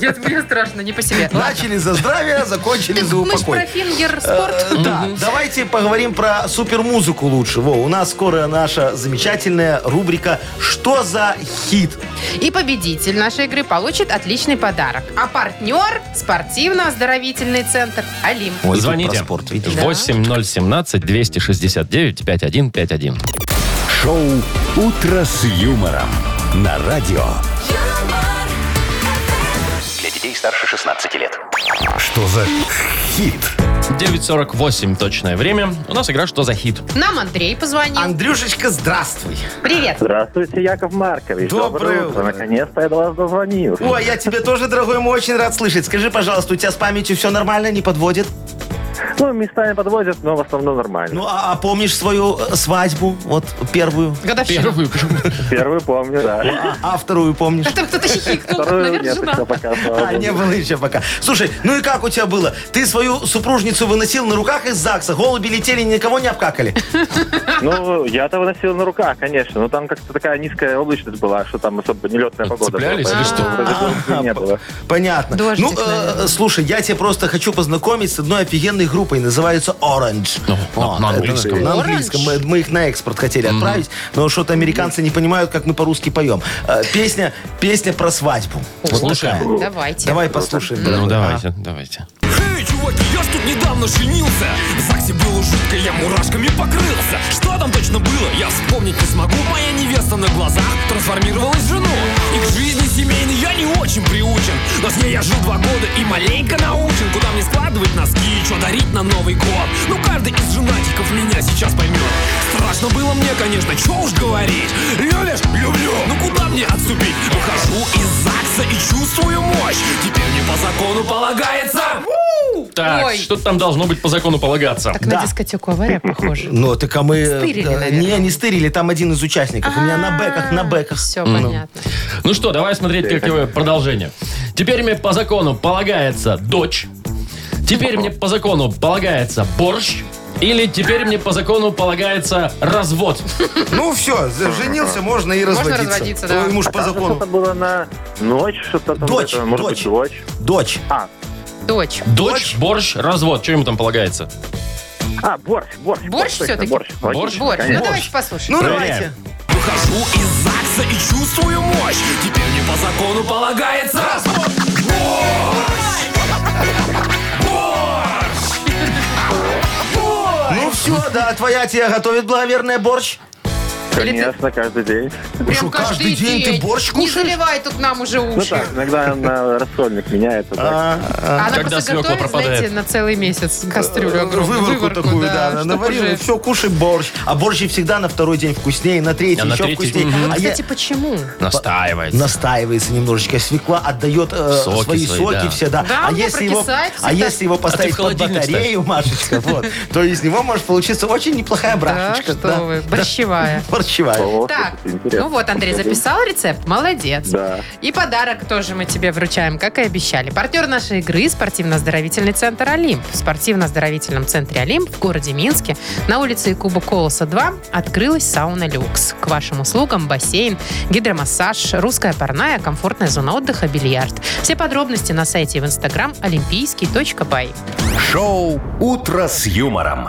Speaker 3: Нет, мне страшно, не по себе.
Speaker 4: Начали за здравие, закончили за
Speaker 9: Мы ж про
Speaker 4: упокой. Э,
Speaker 9: фингер-спорт.
Speaker 4: Да, давайте поговорим про супермузыку лучше. Во, у нас скоро наша замечательная рубрика «Что за хит?».
Speaker 3: И победитель нашей игры получит отличный подарок. А партнер – спортивно-оздоровительный центр «Олимп».
Speaker 4: Ой, тут про
Speaker 2: Звоните.
Speaker 4: спорт, видишь?
Speaker 2: 8017-269-5151.
Speaker 11: Шоу «Утро с юмором» на радио.
Speaker 6: Для детей старше 16 лет.
Speaker 11: Что за хит?
Speaker 2: 9.48 точное время. У нас игра «Что за хит?».
Speaker 3: Нам Андрей позвонил.
Speaker 4: Андрюшечка, здравствуй.
Speaker 3: Привет.
Speaker 5: Здравствуйте, Яков Маркович.
Speaker 4: Доброе утро.
Speaker 5: Наконец-то я до вас дозвонился.
Speaker 4: Ой, а я тебя тоже, дорогой мой, очень рад слышать. Скажи, пожалуйста, у тебя с памятью все нормально, не подводит?
Speaker 5: Ну, местами подвозят, но в основном нормально.
Speaker 4: Ну, а, а помнишь свою э, свадьбу, вот первую?
Speaker 3: Годовщина.
Speaker 2: Первую.
Speaker 5: Первую помню, да.
Speaker 4: А, а вторую помнишь?
Speaker 3: Там кто-то хихикнул.
Speaker 5: Вторую
Speaker 3: Наверное,
Speaker 5: нет
Speaker 3: жена.
Speaker 5: еще пока, слава
Speaker 4: А, не
Speaker 5: богу.
Speaker 4: было еще пока. Слушай, ну и как у тебя было? Ты свою супружницу выносил на руках из ЗАГСа, голуби летели, никого не обкакали.
Speaker 5: Ну, я-то выносил на руках, конечно, но там как-то такая низкая облачность была, что там особо нелетная погода была.
Speaker 2: Цеплялись или
Speaker 5: поэтому
Speaker 2: что?
Speaker 5: вроде
Speaker 4: А.
Speaker 5: бы не было.
Speaker 4: Понятно.
Speaker 3: Дождик,
Speaker 4: ну, э,
Speaker 3: наверное.
Speaker 4: слушай, я тебя просто хочу познакомить с одной офигенной группой, называется Orange.
Speaker 2: Ну, на- на
Speaker 4: это-
Speaker 2: английском.
Speaker 4: на английском. Мы, мы их на экспорт хотели отправить, но что-то американцы не понимают, как мы по-русски поем. Э, песня, песня про свадьбу. Вот
Speaker 2: Слушаем.
Speaker 4: такая.
Speaker 3: Давайте.
Speaker 4: Давай послушаем.
Speaker 2: Ну,
Speaker 4: дорогой.
Speaker 2: давайте, давайте.
Speaker 1: Эй, чуваки, я ж тут недавно женился В ЗАГСе было жутко, я мурашками покрылся Что там точно было, я вспомнить не смогу Моя невеста на глазах трансформировалась в жену И к жизни семейной я не очень приучен Но с ней я жил два года и маленько научен Куда мне складывать носки, что дарить на Новый год Ну каждый из женатиков меня сейчас поймет Страшно было мне, конечно, чё уж говорить Любишь? Люблю! Ну куда мне отступить? Выхожу из ЗАГСа и чувствую мощь Теперь мне по закону полагается...
Speaker 2: Так,
Speaker 3: Ой.
Speaker 2: что там должно быть по закону полагаться?
Speaker 3: Как на дискотеку авария похоже.
Speaker 4: Ну, так а мы... э,
Speaker 3: Стырили,
Speaker 4: да,
Speaker 3: наверное.
Speaker 4: не, не стырили, там один из участников. У меня на бэках, на бэках.
Speaker 3: Все понятно.
Speaker 2: Ну что, давай смотреть какое продолжение. Теперь мне по закону полагается дочь. Теперь мне по закону полагается борщ. Или теперь мне по закону полагается развод.
Speaker 4: Ну все, женился, можно и разводиться.
Speaker 3: разводиться, да.
Speaker 4: Ему ж
Speaker 5: А
Speaker 4: по
Speaker 5: там
Speaker 4: закону.
Speaker 5: что-то было на ночь, что-то там,
Speaker 4: Дочь,
Speaker 5: это, может
Speaker 4: дочь.
Speaker 5: быть, дочь.
Speaker 4: Дочь.
Speaker 5: А,
Speaker 3: Дочь.
Speaker 2: Дочь, борщ, развод. Что ему там полагается?
Speaker 5: а, борщ, борщ.
Speaker 3: Борщ
Speaker 5: точно,
Speaker 3: все-таки?
Speaker 5: Борщ, логично,
Speaker 2: Борщ?
Speaker 3: Борь, ну
Speaker 5: конечно.
Speaker 3: давайте послушаем.
Speaker 4: Ну
Speaker 2: Проверяем.
Speaker 4: давайте.
Speaker 1: Выхожу из ЗАГСа и чувствую мощь. Теперь мне по закону полагается развод. Борщ! Борщ!
Speaker 4: Ну все, да, твоя тебе готовит благоверная борщ.
Speaker 5: Конечно, каждый день.
Speaker 4: Что, каждый день ты борщ
Speaker 3: Не
Speaker 4: кушаешь?
Speaker 3: заливай тут нам уже
Speaker 5: Ну
Speaker 3: уши.
Speaker 5: так, иногда на рассольник меняет. а так.
Speaker 3: А Она
Speaker 2: Когда
Speaker 3: просто
Speaker 2: свекла
Speaker 3: готовит,
Speaker 2: пропадает.
Speaker 3: знаете, на целый месяц кастрюлю огромную.
Speaker 4: Выворку такую, да,
Speaker 3: чтобы
Speaker 4: наварила,
Speaker 3: уже-
Speaker 4: все, кушай борщ. А борщ и всегда на второй день вкуснее, на третий
Speaker 2: А на
Speaker 4: еще
Speaker 2: третий?
Speaker 4: вкуснее.
Speaker 2: Мгм.
Speaker 4: А я-
Speaker 3: Кстати, почему?
Speaker 2: Настаивается.
Speaker 4: настаивается немножечко, свекла отдает э,
Speaker 2: Соки
Speaker 4: свои
Speaker 2: свои,
Speaker 4: соки
Speaker 2: да.
Speaker 4: все, да.
Speaker 3: Да,
Speaker 4: а
Speaker 3: у меня
Speaker 4: если его,
Speaker 3: прокисает
Speaker 4: а
Speaker 3: всегда.
Speaker 4: если его поставить
Speaker 2: в
Speaker 4: под
Speaker 2: холодильник ставь.
Speaker 4: батарею, Машечка, вот, то из него может получиться очень неплохая
Speaker 3: Да,
Speaker 4: брашечка.
Speaker 3: что вы, борщевая.
Speaker 4: Борщевая.
Speaker 5: О,
Speaker 3: Так,
Speaker 5: слушайте, интересно.
Speaker 3: ну вот, Андрей записал рецепт, молодец.
Speaker 5: Да.
Speaker 3: И подарок тоже мы тебе вручаем, как и обещали. Партнер нашей игры – спортивно-оздоровительный центр «Олимп». В спортивно-оздоровительном центре «Олимп» в городе Минске на улице Куба Колоса 2 открылась сауна «Люкс». К вашим услугам бассейн, гидромассаж, русская парная, комфортная зона отдыха, бильярд. Все подробности на сайте и в инстаграм олимпийский.бай.
Speaker 11: Шоу «Утро с юмором».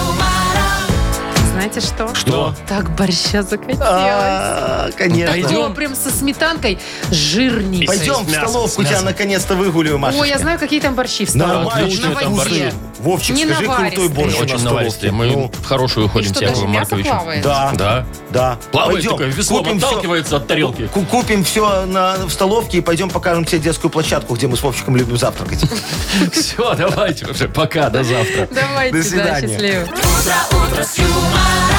Speaker 3: Знаете что?
Speaker 4: Что?
Speaker 3: Так борща захотелось.
Speaker 4: А, Конечно.
Speaker 8: О, прям со сметанкой жирней.
Speaker 4: Пойдем в
Speaker 2: мясом,
Speaker 4: столовку,
Speaker 2: с
Speaker 4: тебя
Speaker 2: мясом.
Speaker 4: наконец-то выгуляю, Маша.
Speaker 8: Ой, я знаю, какие там борщи в столовке.
Speaker 2: Нормально,
Speaker 4: Нормальный,
Speaker 2: отличный там
Speaker 4: вкусный.
Speaker 8: борщ.
Speaker 4: Вовчик,
Speaker 8: Не
Speaker 4: скажи, крутой
Speaker 8: наваристый.
Speaker 4: борщ у
Speaker 2: Очень
Speaker 4: нас в
Speaker 2: наваристые.
Speaker 4: столовке.
Speaker 2: Мы
Speaker 4: Ну,
Speaker 2: в хорошую
Speaker 8: И
Speaker 2: ходим,
Speaker 8: что,
Speaker 2: к Якову
Speaker 8: даже мясо
Speaker 2: Марковичу.
Speaker 8: плавает?
Speaker 4: Да.
Speaker 2: Да.
Speaker 4: Да.
Speaker 2: Плавает
Speaker 4: Пойдем,
Speaker 2: такое веслом,
Speaker 4: купим всё-
Speaker 2: отталкивается от тарелки.
Speaker 4: ку- Купим все на, в столовке и пойдем покажем тебе детскую площадку, где мы с Вовчиком любим завтракать.
Speaker 2: Все, давайте уже, пока, до завтра.
Speaker 3: Давайте,
Speaker 4: До
Speaker 3: да,
Speaker 4: свидания.
Speaker 3: счастливо.
Speaker 12: Утро с юмором.